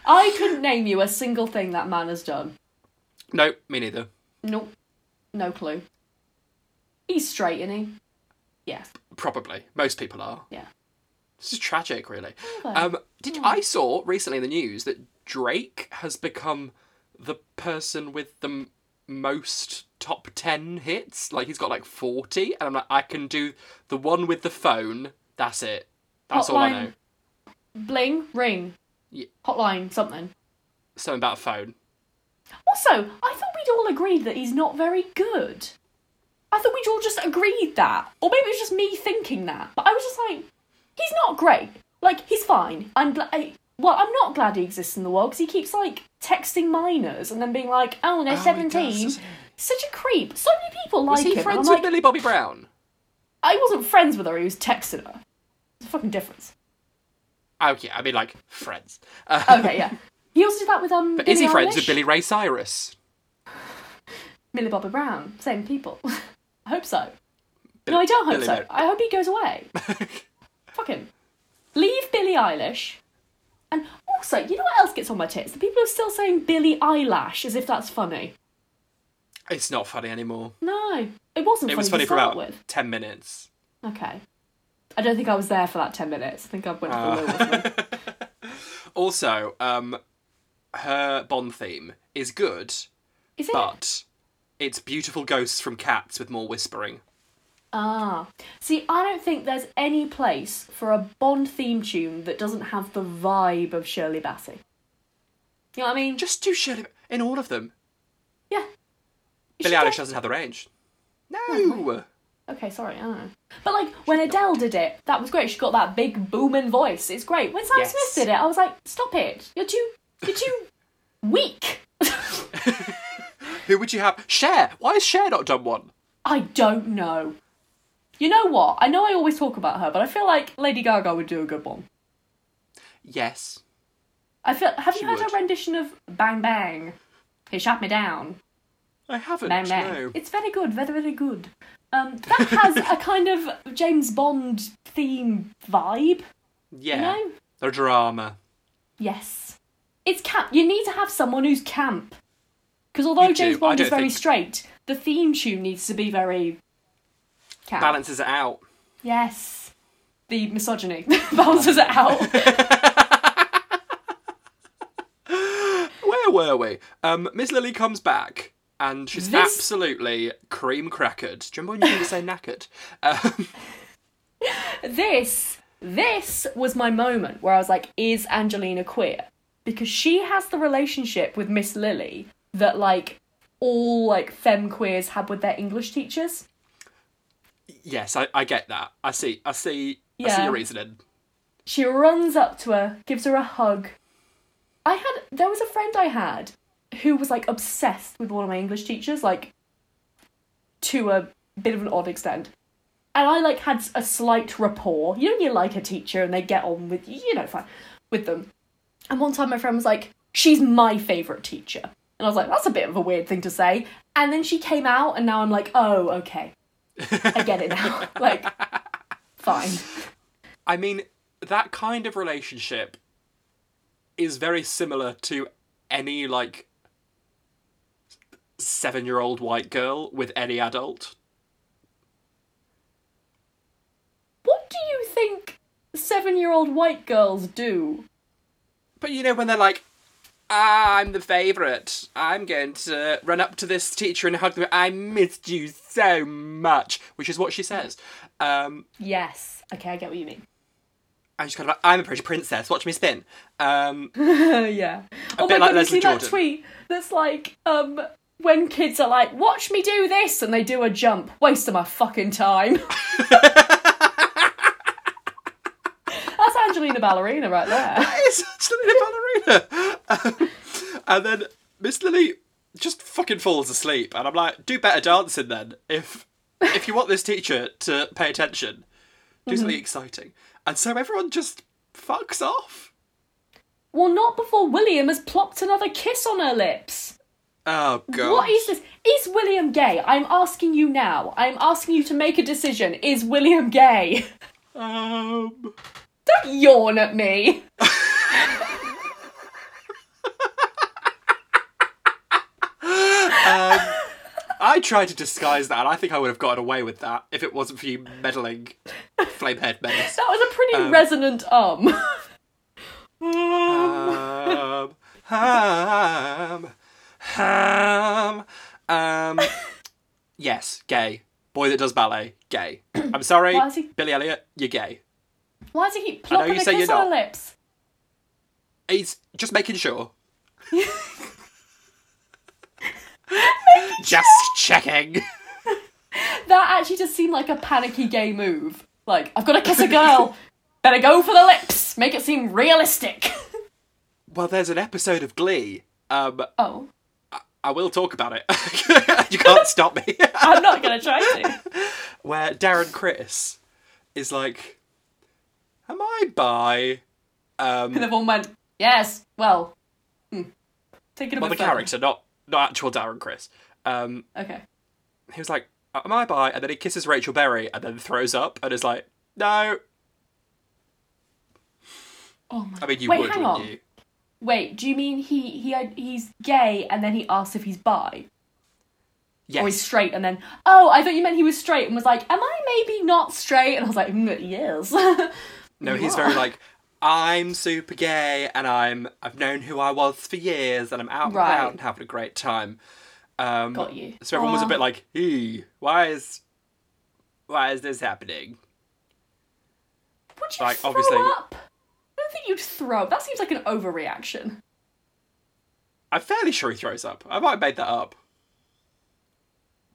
S1: I couldn't name you a single thing that man has done.
S2: no, me neither.
S1: Nope. No clue. He's straight, isn't he? Yes.
S2: Probably. Most people are.
S1: Yeah. Hmm.
S2: This is tragic, really.
S1: Okay.
S2: Um, did I saw recently in the news that Drake has become the person with the m- most top 10 hits? Like, he's got like 40, and I'm like, I can do the one with the phone. That's it. That's all I
S1: Hotline.
S2: know.
S1: Bling, ring.
S2: Ye-
S1: Hotline, something.
S2: Something about a phone.
S1: Also, I thought we'd all agreed that he's not very good. I thought we'd all just agreed that. Or maybe it was just me thinking that. But I was just like, he's not great. Like, he's fine. I'm glad. I- Well, I'm not glad he exists in the world because he keeps, like, texting minors and then being like, oh, no,
S2: he
S1: 17.
S2: does, doesn't he?
S1: Such a creep. So many people like
S2: Was he
S1: him. and I'm
S2: friends
S1: like,
S2: with Billy Bobby Brown?
S1: I wasn't friends with her, he was texting her. It's a fucking difference.
S2: Okay, Oh, I mean, like, friends. Uh,
S1: Okay, yeah. He also did that with, um.
S2: but is he
S1: Billie
S2: friends with
S1: Eilish?
S2: Billy Ray Cyrus?
S1: Millie Bobby Brown, same people. I hope so. no, I don't hope
S2: Billie
S1: so.
S2: Mary-
S1: I hope he goes away. Fuck him. Leave Billie Eilish. And also, you know what else gets on my tits? The people who are still saying Billie Eyelash as if that's funny.
S2: It's not funny anymore.
S1: No, it wasn't.
S2: It was
S1: funny
S2: funny
S1: to
S2: for
S1: start
S2: about
S1: with.
S2: 10 minutes.
S1: Okay. I don't think I was there for that ten minutes. I think I went to
S2: Ah.
S1: the loo or something.
S2: Also, um, her Bond theme is good,
S1: Is it?
S2: but it's beautiful ghosts from cats with more whispering.
S1: Ah. See, I don't think there's any place for a Bond theme tune that doesn't have the vibe of Shirley Bassey. You know what I mean?
S2: Just do Shirley in all of them.
S1: Yeah. You
S2: Billie
S1: should
S2: Eilish
S1: go-
S2: doesn't have the range. No.
S1: Okay, sorry, I don't know. But like when Adele did it, that was great. She got that big booming voice. It's great. When Sam
S2: Yes.
S1: Smith did it, I was like, stop it. You're too you're too weak.
S2: Who would you have? Cher. Why has Cher not done one?
S1: I don't know. You know what? I know I always talk about her, but I feel like Lady Gaga would do a good one.
S2: Yes.
S1: I feel have you heard
S2: would.
S1: her rendition of Bang Bang? He shut me down.
S2: I haven't.
S1: Bang Bang.
S2: No.
S1: It's very good, very, very good. Um, that has a kind of James Bond theme vibe, you
S2: yeah.
S1: know?
S2: The drama.
S1: Yes. It's camp. You need to have someone who's camp. Because although
S2: You do.
S1: James
S2: I
S1: Bond is
S2: don't
S1: very
S2: think-
S1: straight, the theme tune needs to be very camp.
S2: Balances it out.
S1: Yes. The misogyny balances it out.
S2: Where were we? Um, Miss Lily comes back and she's
S1: This-
S2: absolutely cream crackered. Do you remember when you used to say knackered? Um,
S1: this this was my moment where I was like, is Angelina queer? Because she has the relationship with Miss Lily that like all like femme queers had with their English teachers.
S2: yes, I, I get that. I see. I see. I see
S1: Yeah.
S2: your reasoning.
S1: She runs up to her, gives her a hug. I had there was a friend I had who was like obsessed with one of my English teachers, like to a bit of an odd extent. And I like had a slight rapport. You know, when you like a teacher and they get on with you, you know, fine with them. And one time my friend was like, "She's my favorite teacher," and I was like, "That's a bit of a weird thing to say." And then she came out, and now I'm like, "Oh, okay, I get it now." like, fine.
S2: I mean, that kind of relationship is very similar to any like seven-year-old white girl with any adult.
S1: What do you think seven year old white girls do?
S2: But you know when they're like, "Ah, I'm the favourite. I'm going to run up to this teacher and hug them. I missed you so much," which is what she says. Um,
S1: Yes. Okay, I get what you mean.
S2: and she's kind of like, "I'm a pretty princess. Watch me spin." Um,
S1: Oh, yeah. oh
S2: bit
S1: my god,
S2: like
S1: you
S2: Leslie
S1: see that
S2: Jordan.
S1: tweet that's like, um, when kids are like, watch me do this, and they do a jump. Waste of my fucking time. That's Angelina Ballerina right there.
S2: it's actually a ballerina. Um, and then Miss Lily just fucking falls asleep, and I'm like, "Do better dancing then, if if you want this teacher to pay attention, do
S1: Mm-hmm.
S2: something exciting." And so everyone just fucks off.
S1: Well, not before William has plopped another kiss on her lips.
S2: Oh god!
S1: What is this? Is William gay? I'm asking you now. I'm asking you to make a decision. Is William gay?
S2: Um,
S1: Don't yawn at me.
S2: I tried to disguise that, and I think I would have gotten away with that if it wasn't for you meddling, flamehead menace.
S1: That was a pretty resonant um.
S2: Um, ham, ham, um, yes, gay. Boy that does ballet, gay. I'm sorry,
S1: Why is he-
S2: Billy Elliot, you're gay.
S1: Why does he keep
S2: know
S1: plopping
S2: you
S1: a
S2: say
S1: kiss
S2: you're
S1: on her
S2: not.
S1: lips?
S2: He's just making sure.
S4: Just checking.
S1: That actually just seemed like a panicky gay move. Like, I've got to kiss a girl. Better go for the lips. Make it seem realistic.
S2: Well, there's an episode of Glee. Um,
S1: oh,
S2: I will talk about it. you can't stop me.
S1: I'm not gonna try to.
S2: where Darren Chris is like, "Am I bi?" Um,
S1: And they've all went, yes. Well, hmm. take it a
S2: well, the
S1: bit further.
S2: character, not not actual Darren Chris. Um,
S1: Okay.
S2: he was like, "Am I bi?" And then he kisses Rachel Berry, and then throws up, and is like, "No."
S1: Oh my.
S2: I mean, you
S1: Wait,
S2: would,
S1: hang
S2: wouldn't
S1: on.
S2: you?
S1: Wait, do you mean he he he's gay and then he asks if he's bi
S2: Yes.
S1: or he's straight and then oh I thought you meant he was straight and was like am I maybe not straight and I was like mm, yes
S2: no, he's very like, "I'm super gay, and I'm I've known who I was for years, and I'm out and
S1: Right.
S2: about and having a great time." Um,
S1: got you
S2: So everyone was a
S1: Aw.
S2: bit like, "Ew, why is why is this happening?"
S1: would you
S2: like,
S1: throw
S2: obviously-
S1: up I don't think you'd throw that seems like an overreaction
S2: I'm fairly sure he throws up. I might have made that up.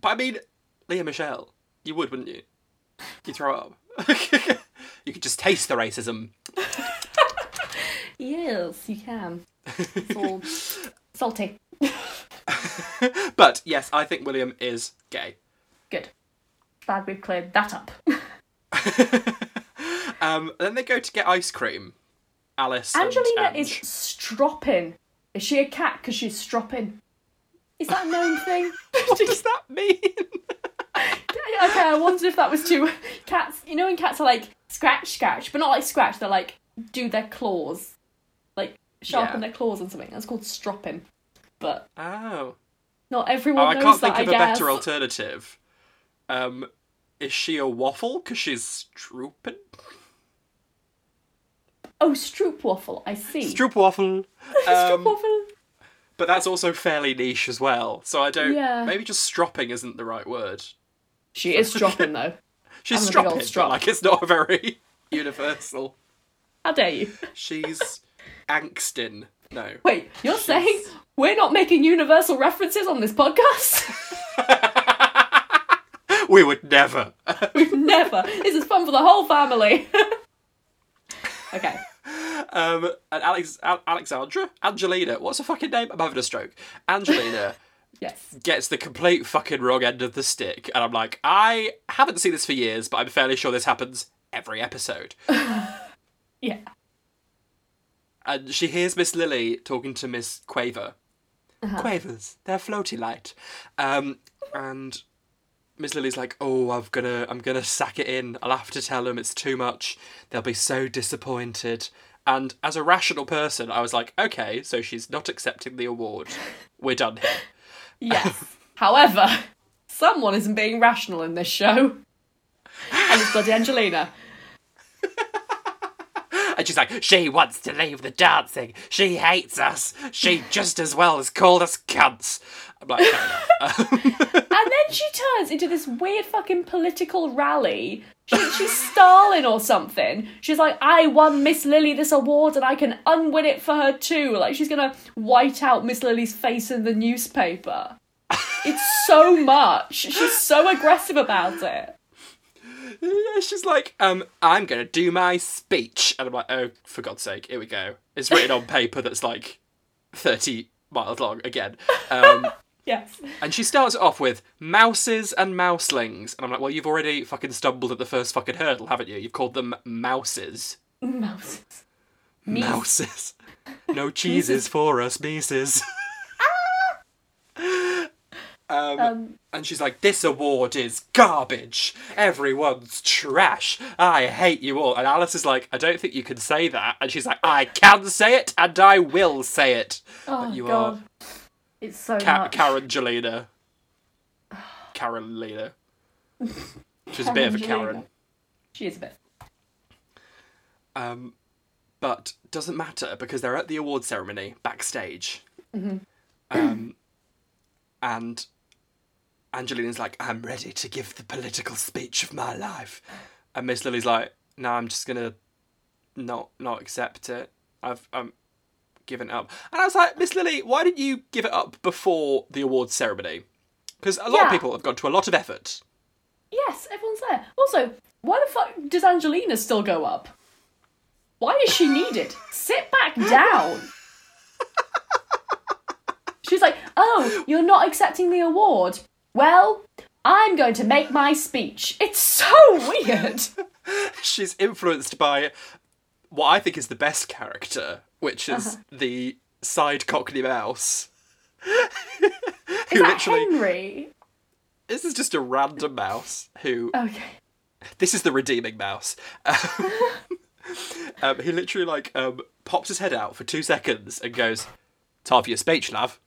S2: But I mean, Leah Michelle, you would, wouldn't you? You throw up. you could just taste the racism.
S1: yes you can it's all salty
S2: But yes, I think William is gay.
S1: good glad we've cleared that up
S2: Um, then they go to get ice cream. Alice. and
S1: Angelina is
S2: Ange.
S1: stropping is she a cat because she's stropping is that a known thing
S2: What does that mean?
S1: Yeah, okay, I wondered if that was too. Cats, you know, when cats are like scratch, scratch, but not like scratch. They're like do their claws, like sharpen
S2: Yeah.
S1: their claws on something. That's called stropping. But
S2: Oh.
S1: not
S2: oh
S1: everyone
S2: I
S1: knows
S2: can't
S1: that.
S2: think of
S1: I
S2: a
S1: guess.
S2: better alternative. Um, Is she a waffle? Because she's strooping.
S1: Oh, Stroop Waffle, I see.
S2: Stroop waffle. Um,
S1: Waffle.
S2: but that's also fairly niche as well. So I don't.
S1: Yeah.
S2: Maybe just stropping isn't the right word.
S1: She is dropping though.
S2: She's
S1: I'm a big
S2: stropping.
S1: old
S2: but,
S1: strop.
S2: Like it's not a very universal.
S1: How dare you?
S2: She's angsting. No.
S1: Wait, you're saying we're not making universal references on this podcast?
S2: We would never.
S1: Never. This is fun for the whole family. okay.
S2: Um, and Alex, Al- Alexandra, Angelina, what's her fucking name? I'm having a stroke. Angelina
S1: Yes.
S2: gets the complete fucking wrong end of the stick, and I'm like, I haven't seen this for years, but I'm fairly sure this happens every episode.
S1: Yeah.
S2: and she hears Miss Lily talking to Miss Quaver. Quavers, they're floaty light. Um, and Miss Lily's like, "Oh, I've gonna, I'm gonna sack it in. I'll have to tell them it's too much. They'll be so disappointed." And as a rational person, I was like, "Okay, so she's not accepting the award. We're done here."
S1: Yes. However, someone isn't being rational in this show. And it's bloody Angelina.
S4: And she's like, she wants to leave the dancing. She hates us. She just as well has called us cunts.
S2: I'm like, "Fair enough."
S1: And then she turns into this weird fucking political rally. She, she's Stalin or something. She's like, I won Miss Lily this award and I can unwin it for her too. Like, she's gonna white out Miss Lily's face in the newspaper. It's so much. She's so aggressive about it.
S2: Yeah, she's like, um, I'm gonna do my speech, and I'm like, oh, for God's sake, here we go. It's written on paper that's like thirty miles long again. Um,
S1: Yes.
S2: and she starts it off with mouses and mouselings, and I'm like, well, you've already fucking stumbled at the first fucking hurdle, haven't you? You've called them mouses,
S1: Mouses.
S2: mouses. No cheeses for us, nieces.
S1: Um,
S2: And she's like, This award is garbage. Everyone's trash. I hate you all. And Alice is like, I don't think you can say that. And she's like, I can say it and I will say it.
S1: oh,
S2: you
S1: God.
S2: are
S1: It's so
S2: Ca-
S1: much.
S2: Karen Jolina. Carolina. She's a bit of a Karen.
S1: Angelina. She is a bit.
S2: Um, but doesn't matter because they're at the award ceremony backstage. Um, and Angelina's like, I'm ready to give the political speech of my life. And Miss Lily's like, No, I'm just gonna not not accept it. I've um given up. And I was like, Miss Lily, why didn't you give it up before the award ceremony? Because a lot of
S1: Yeah.
S2: people have gone to a lot of effort.
S1: Yes, everyone's there. Also, why the fuck does Angelina still go up? Why is she needed? Sit back down. She's like, oh, you're not accepting the award. Well, I'm going to make my speech. It's so weird.
S2: she's influenced by what I think is the best character, which is the side cockney mouse. who
S1: Is that
S2: literally
S1: Henry?
S2: this is just a random mouse who
S1: Okay.
S2: this is the redeeming mouse. um, he literally like um, pops his head out for two seconds and goes, "Time for your speech, love.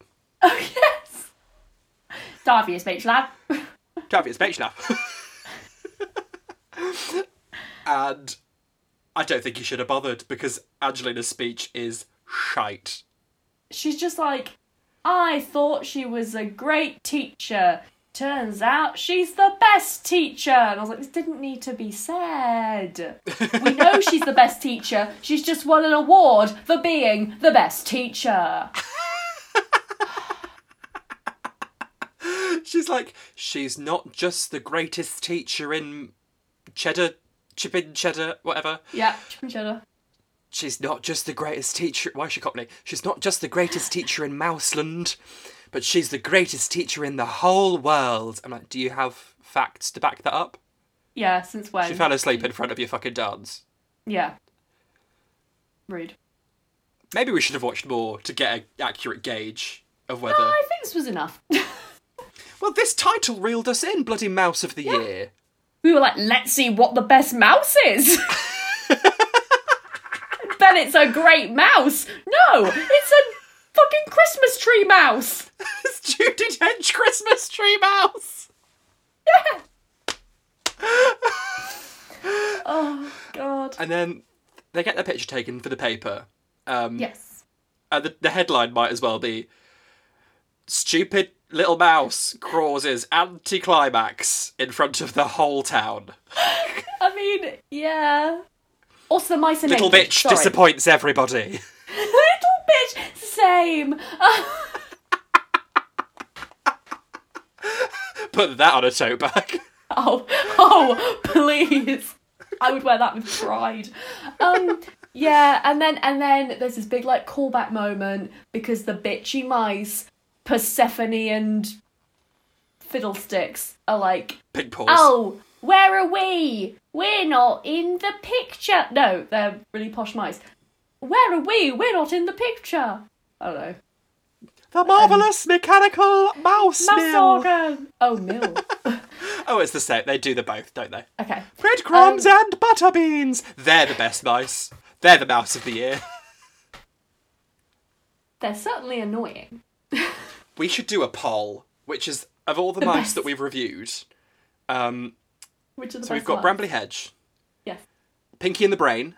S1: Oh yes. Time for your speech, lad.
S2: Time for your speech, love." and I don't think he should have bothered because Angelina's speech is shite.
S1: she's just like, I thought she was a great teacher. Turns out she's the best teacher. And I was like, this didn't need to be said. We know she's the best teacher. She's just won an award for being the best teacher.
S2: She's like, she's not just the greatest teacher in cheddar, chippin cheddar, whatever.
S1: Yeah, chicken cheddar.
S2: She's not just the greatest teacher. Why is she Cockney? She's not just the greatest teacher in Mouseland, but she's the greatest teacher in the whole world. I'm like, do you have facts to back that up?
S1: Yeah, since when?
S2: She fell asleep in front of your fucking dance.
S1: yeah. Rude.
S2: Maybe we should have watched more to get an accurate gauge of whether.
S1: I think this was enough.
S2: Well, this title reeled us in, bloody Mouse of the Year.
S1: we were like, let's see what the best mouse is. Bet it's a great mouse. No, it's a fucking Christmas tree mouse.
S2: It's Judy Dench Christmas Tree Mouse.
S1: Yeah. Oh God.
S2: And then they get their picture taken for the paper. Um,
S1: Yes.
S2: and the, the headline might as well be Stupid Little Mouse causes anticlimax in front of the whole town.
S1: I mean, yeah. Also, the mice are
S2: Little
S1: naked.
S2: bitch
S1: Sorry.
S2: disappoints everybody.
S1: Little bitch. Same.
S2: Put that on a tote bag.
S1: Oh, oh, please. I would wear that with pride. Um, yeah, and then and then there's this big like callback moment because the bitchy mice, Persephone and Fiddlesticks are like,
S2: Pig paws.
S1: oh, where are we? We're not in the picture. No, they're really posh mice. Where are we? We're not in the picture. I don't know.
S2: The marvellous mechanical mouse,
S1: um, Mouse
S2: mill.
S1: organ. Oh, mill.
S2: Oh, it's the same. They do the both, don't they?
S1: Okay.
S2: Breadcrumbs
S1: Um,
S2: and butter beans. They're the best mice. They're the mouse of the year.
S1: They're certainly annoying.
S2: We should do a poll, which is of all the,
S1: The
S2: mice
S1: best.
S2: that we've reviewed. Um,
S1: Which are the
S2: so we've
S1: best
S2: got
S1: ones?
S2: Brambly Hedge,
S1: Yes.
S2: Pinky and the Brain,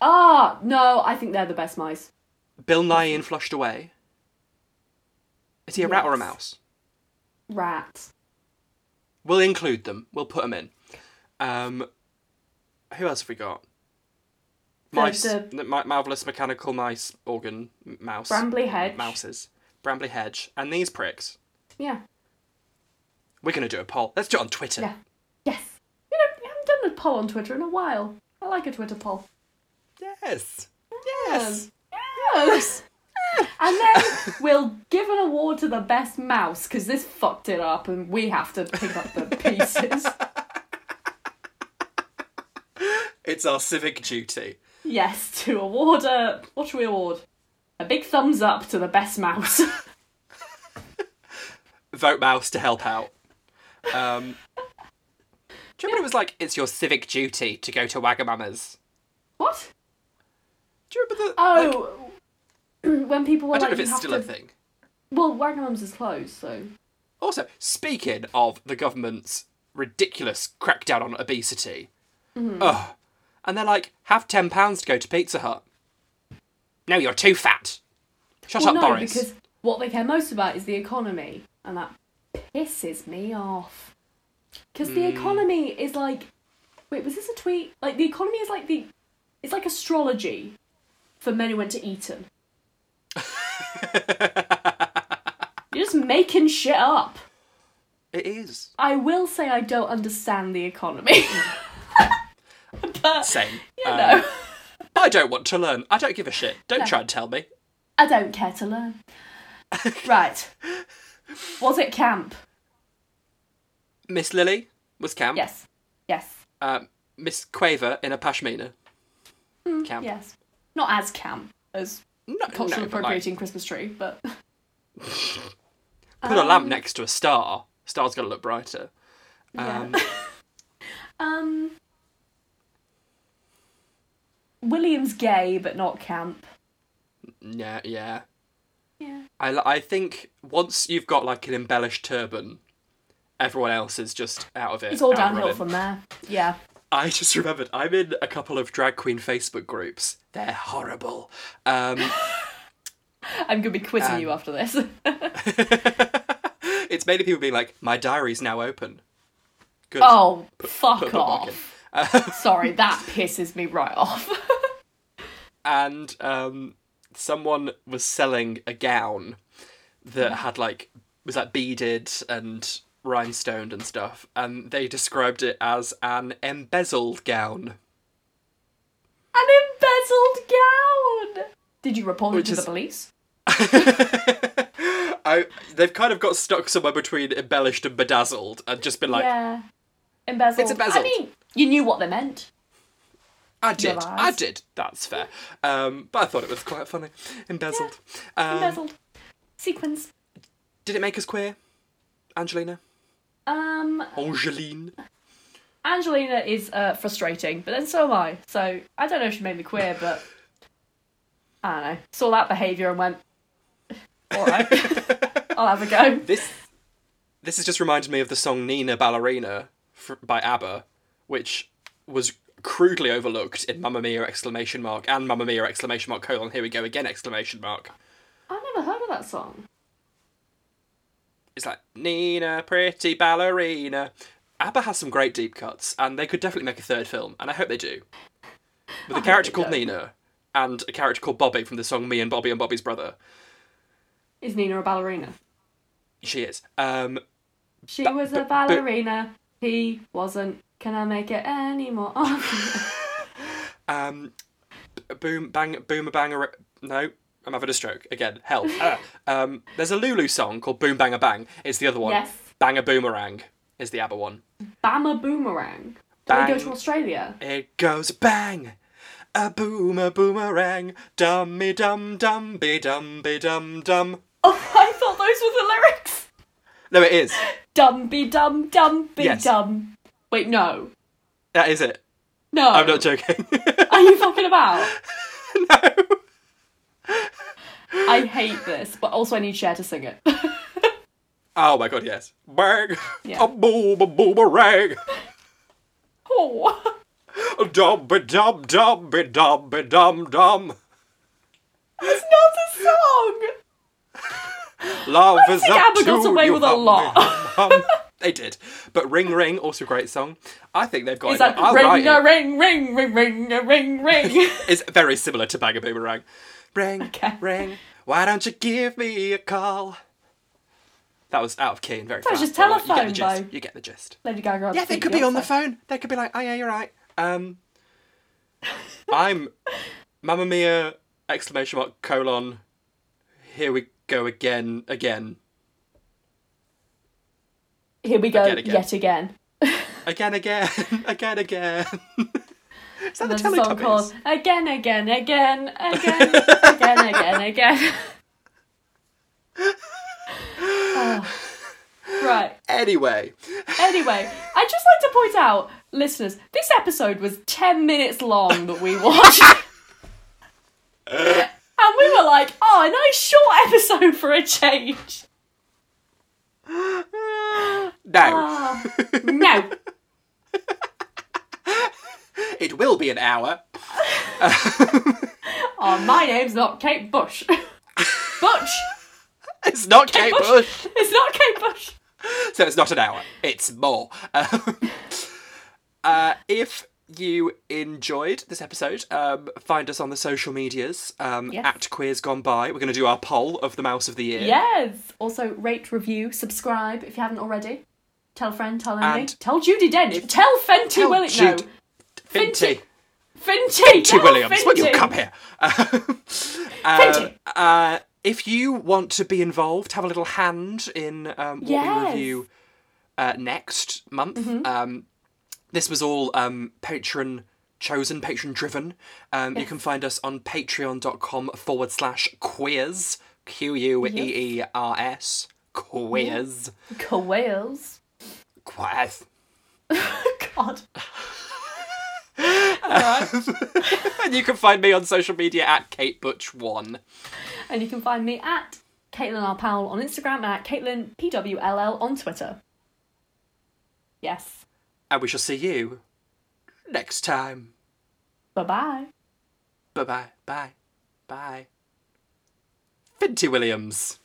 S1: Ah, no, I think they're the best mice.
S2: Bill Nye in Flushed Away. Is he a rat or a
S1: Yes.
S2: mouse?
S1: Rats.
S2: We'll include them. We'll put them in. Um, who else have we got? Mice,
S1: the-
S2: the mi- marvelous mechanical mice, organ m- mouse,
S1: Brambly hedge.
S2: mouses, Brambly Hedge, and these pricks.
S1: Yeah.
S2: We're gonna do a poll. Let's do it on Twitter.
S1: Yeah. Yes. You know, we haven't done a poll on Twitter in a while. I like a Twitter poll.
S2: Yes. Yes.
S1: Yes. and then we'll give an award to the best mouse because this fucked it up and we have to pick up the pieces.
S2: It's our civic duty.
S1: yes, to award a. What should we award? A big thumbs up to the best mouse.
S2: Vote mouse to help out. Um, do you remember when it was like it's your civic duty to go to Wagamama's?
S1: what?
S2: Do you remember the? like,
S1: Oh. when people were
S2: I don't
S1: like,
S2: know if
S1: you
S2: it's
S1: have
S2: still
S1: to...
S2: a thing.
S1: Well, Wagamama's is closed, so.
S2: Also, speaking of the government's ridiculous crackdown on obesity,
S1: Mm-hmm.
S2: ugh, and they're like, have ten pounds to go to Pizza Hut. No, you're too fat. Shut
S1: Well,
S2: up,
S1: no,
S2: Boris.
S1: because what they care most about is the economy, and that pisses me off. Because
S2: Hmm.
S1: the economy is like, wait, was this a tweet? Like the economy is like the, it's like astrology, for men who went to Eton. You're just making shit up.
S2: It is
S1: I will say I don't understand the economy. but
S2: same.
S1: you
S2: Um,
S1: know,
S2: I don't want to learn. I don't give a shit. Don't try and tell me.
S1: I don't care to learn. right. Was it camp?
S2: Miss Lily was camp.
S1: Yes. Yes.
S2: Um, Miss Quaver in a pashmina.
S1: Mm,
S2: camp.
S1: Yes. Not as camp as
S2: No,
S1: cultural
S2: no, but, like,
S1: appropriating Christmas tree, but
S2: put a lamp
S1: um,
S2: next to a star. Star's gonna look brighter.
S1: Yeah.
S2: Um,
S1: um William's gay but not camp.
S2: yeah, yeah.
S1: Yeah.
S2: I, li- I think once you've got like an embellished turban, everyone else is just out of it.
S1: It's all
S2: out
S1: downhill
S2: running.
S1: from there. Yeah.
S2: I just remembered I'm in a couple of drag queen Facebook groups. They're horrible. Um,
S1: I'm gonna be quizzing you after this.
S2: it's mainly people being like, "My diary's now open." Good.
S1: oh, fuck
S2: Put that back in.
S1: off. Sorry, that pisses me right off.
S2: and um, someone was selling a gown
S1: Hmm.
S2: that had like was like beaded and rhinestoned and stuff, and they described it as an embezzled gown.
S1: An embezzled gown. Did you report it
S2: Which
S1: to the
S2: is-
S1: police?
S2: I they've kind of got stuck somewhere between embellished and bedazzled, and just been like,
S1: yeah. Embezzled. I
S2: embezzled.
S1: mean, you knew what they meant.
S2: "I did,
S1: Your
S2: I
S1: eyes.
S2: did." That's fair, um, but I thought it was quite funny. Embezzled. Um,
S1: Embezzled. Sequence.
S2: Did it make us queer, Angelina?
S1: Um
S2: Angeline.
S1: Angelina is uh, frustrating, but then so am I. So I don't know if she made me queer, but I don't know. Saw that behaviour and went, all right, I'll have a go.
S2: This this has just reminded me of the song Nina Ballerina fr- by ABBA, which was crudely overlooked in Mamma Mia exclamation mark and Mamma Mia exclamation mark colon here we go again exclamation mark.
S3: I've never heard of that song.
S2: It's like Nina, pretty ballerina. ABBA has some great deep cuts, and they could definitely make a third film, and I hope they do. With a character
S3: they
S2: called
S3: don't.
S2: Nina and a character called Bobby from the song Me and Bobby and Bobby's Brother.
S3: Is Nina a ballerina?
S2: She is. Um,
S3: She was a
S2: but- but-
S3: ballerina. He wasn't. Can I make it any more obvious?
S2: um, b- boom, bang, boomer, banger. No, I'm having a stroke again. Hell. Ah. um, there's a Lulu song called Boom, Banger, Bang. It's the other one.
S3: Yes.
S2: Bang a Boomerang is the ABBA one.
S3: Bama Boomerang. Can
S2: Bang.
S3: we go to Australia?
S2: It goes bang, a boomer boomerang, dummy dum dum be dum be dum dum.
S1: Oh, I thought those were the lyrics.
S2: No, it is.
S1: Dumby dum dumby
S2: Yes.
S1: dum. Wait, no,
S2: That is it.
S1: no.
S2: I'm not joking.
S1: Are you talking about?
S2: no.
S1: I hate this, but also I need Cher to sing it.
S2: Oh my god, yes. Bang,
S1: Yeah.
S2: a boomer boomerang,
S1: oh,
S2: a dummy dum dum be dum be dum dum.
S1: it's not a song.
S2: Love is
S1: think
S2: up
S1: ABBA
S2: to
S1: got away
S2: you,
S1: with a
S2: hum,
S1: lot.
S2: hum, hum. They did, but Ring Ring also a great song. I think they've got.
S1: It's
S2: it.
S1: like
S2: I'll write
S1: ring
S2: it.
S1: a ring ring ring ring a ring ring.
S2: It's very similar to Bang a Boomerang. Ring,
S1: Okay.
S2: ring, why don't you give me a call? That was out of key and very
S1: was
S2: fast.
S1: just
S2: but you get the
S1: telephone,
S2: gist.
S1: though.
S2: You get the gist.
S1: Lady Gaga.
S2: Yeah, they could be on the phone. They could be like, oh yeah, you're right. Um, I'm Mamma Mia! Exclamation mark colon. Here we go again, again,
S1: Here we go
S2: Again, again.
S1: yet again.
S2: again, again, again, again. Is that the
S1: There's a song
S2: Teletubbies?
S1: called Again, Again, Again, Again, Again, Again, Again. Oh. Right.
S2: Anyway,
S1: Anyway, I'd just like to point out, listeners, this episode was 10 minutes long that we watched. and we were like, oh, a nice short episode for a change.
S2: no,
S1: Ah, no.
S2: it will be an hour.
S1: Oh, my name's not Kate Bush. Butch!
S2: It's not Kate Bush.
S1: It's not Kate Bush.
S2: So it's not an hour, it's more. Um, uh, if you enjoyed this episode, um, find us on the social medias um,
S1: Yes.
S2: at Queers Gone By. We're going to do our poll of the Mouse of the Year.
S1: Yes. Also, rate, review, subscribe if you haven't already. Tell a friend, tell Emily,
S2: And-
S1: tell Judy Dench, tell Fenty
S2: Tell
S1: Williams.
S2: Jude-
S1: Finty.
S2: Finty.
S1: No, Fenty.
S2: T.
S1: tell
S2: Williams, will you
S1: Fenty.
S2: come here? Um, uh, uh, if you want to be involved, have a little hand in um, what we
S1: Yes.
S2: review uh, next month. Um, this was all um, patron chosen, patron driven. Um, You can find us on patreon.com forward slash queers, Q U E E R S, queers,
S1: Koails.
S2: queers.
S1: God.
S2: and you can find me on social media at KateButch1.
S1: And you can find me at Caitlin R. Powell on Instagram at Caitlin PWLL on Twitter. Yes.
S2: And we shall see you next time.
S1: Bye bye.
S2: Bye bye. Bye. Bye. Finty Williams.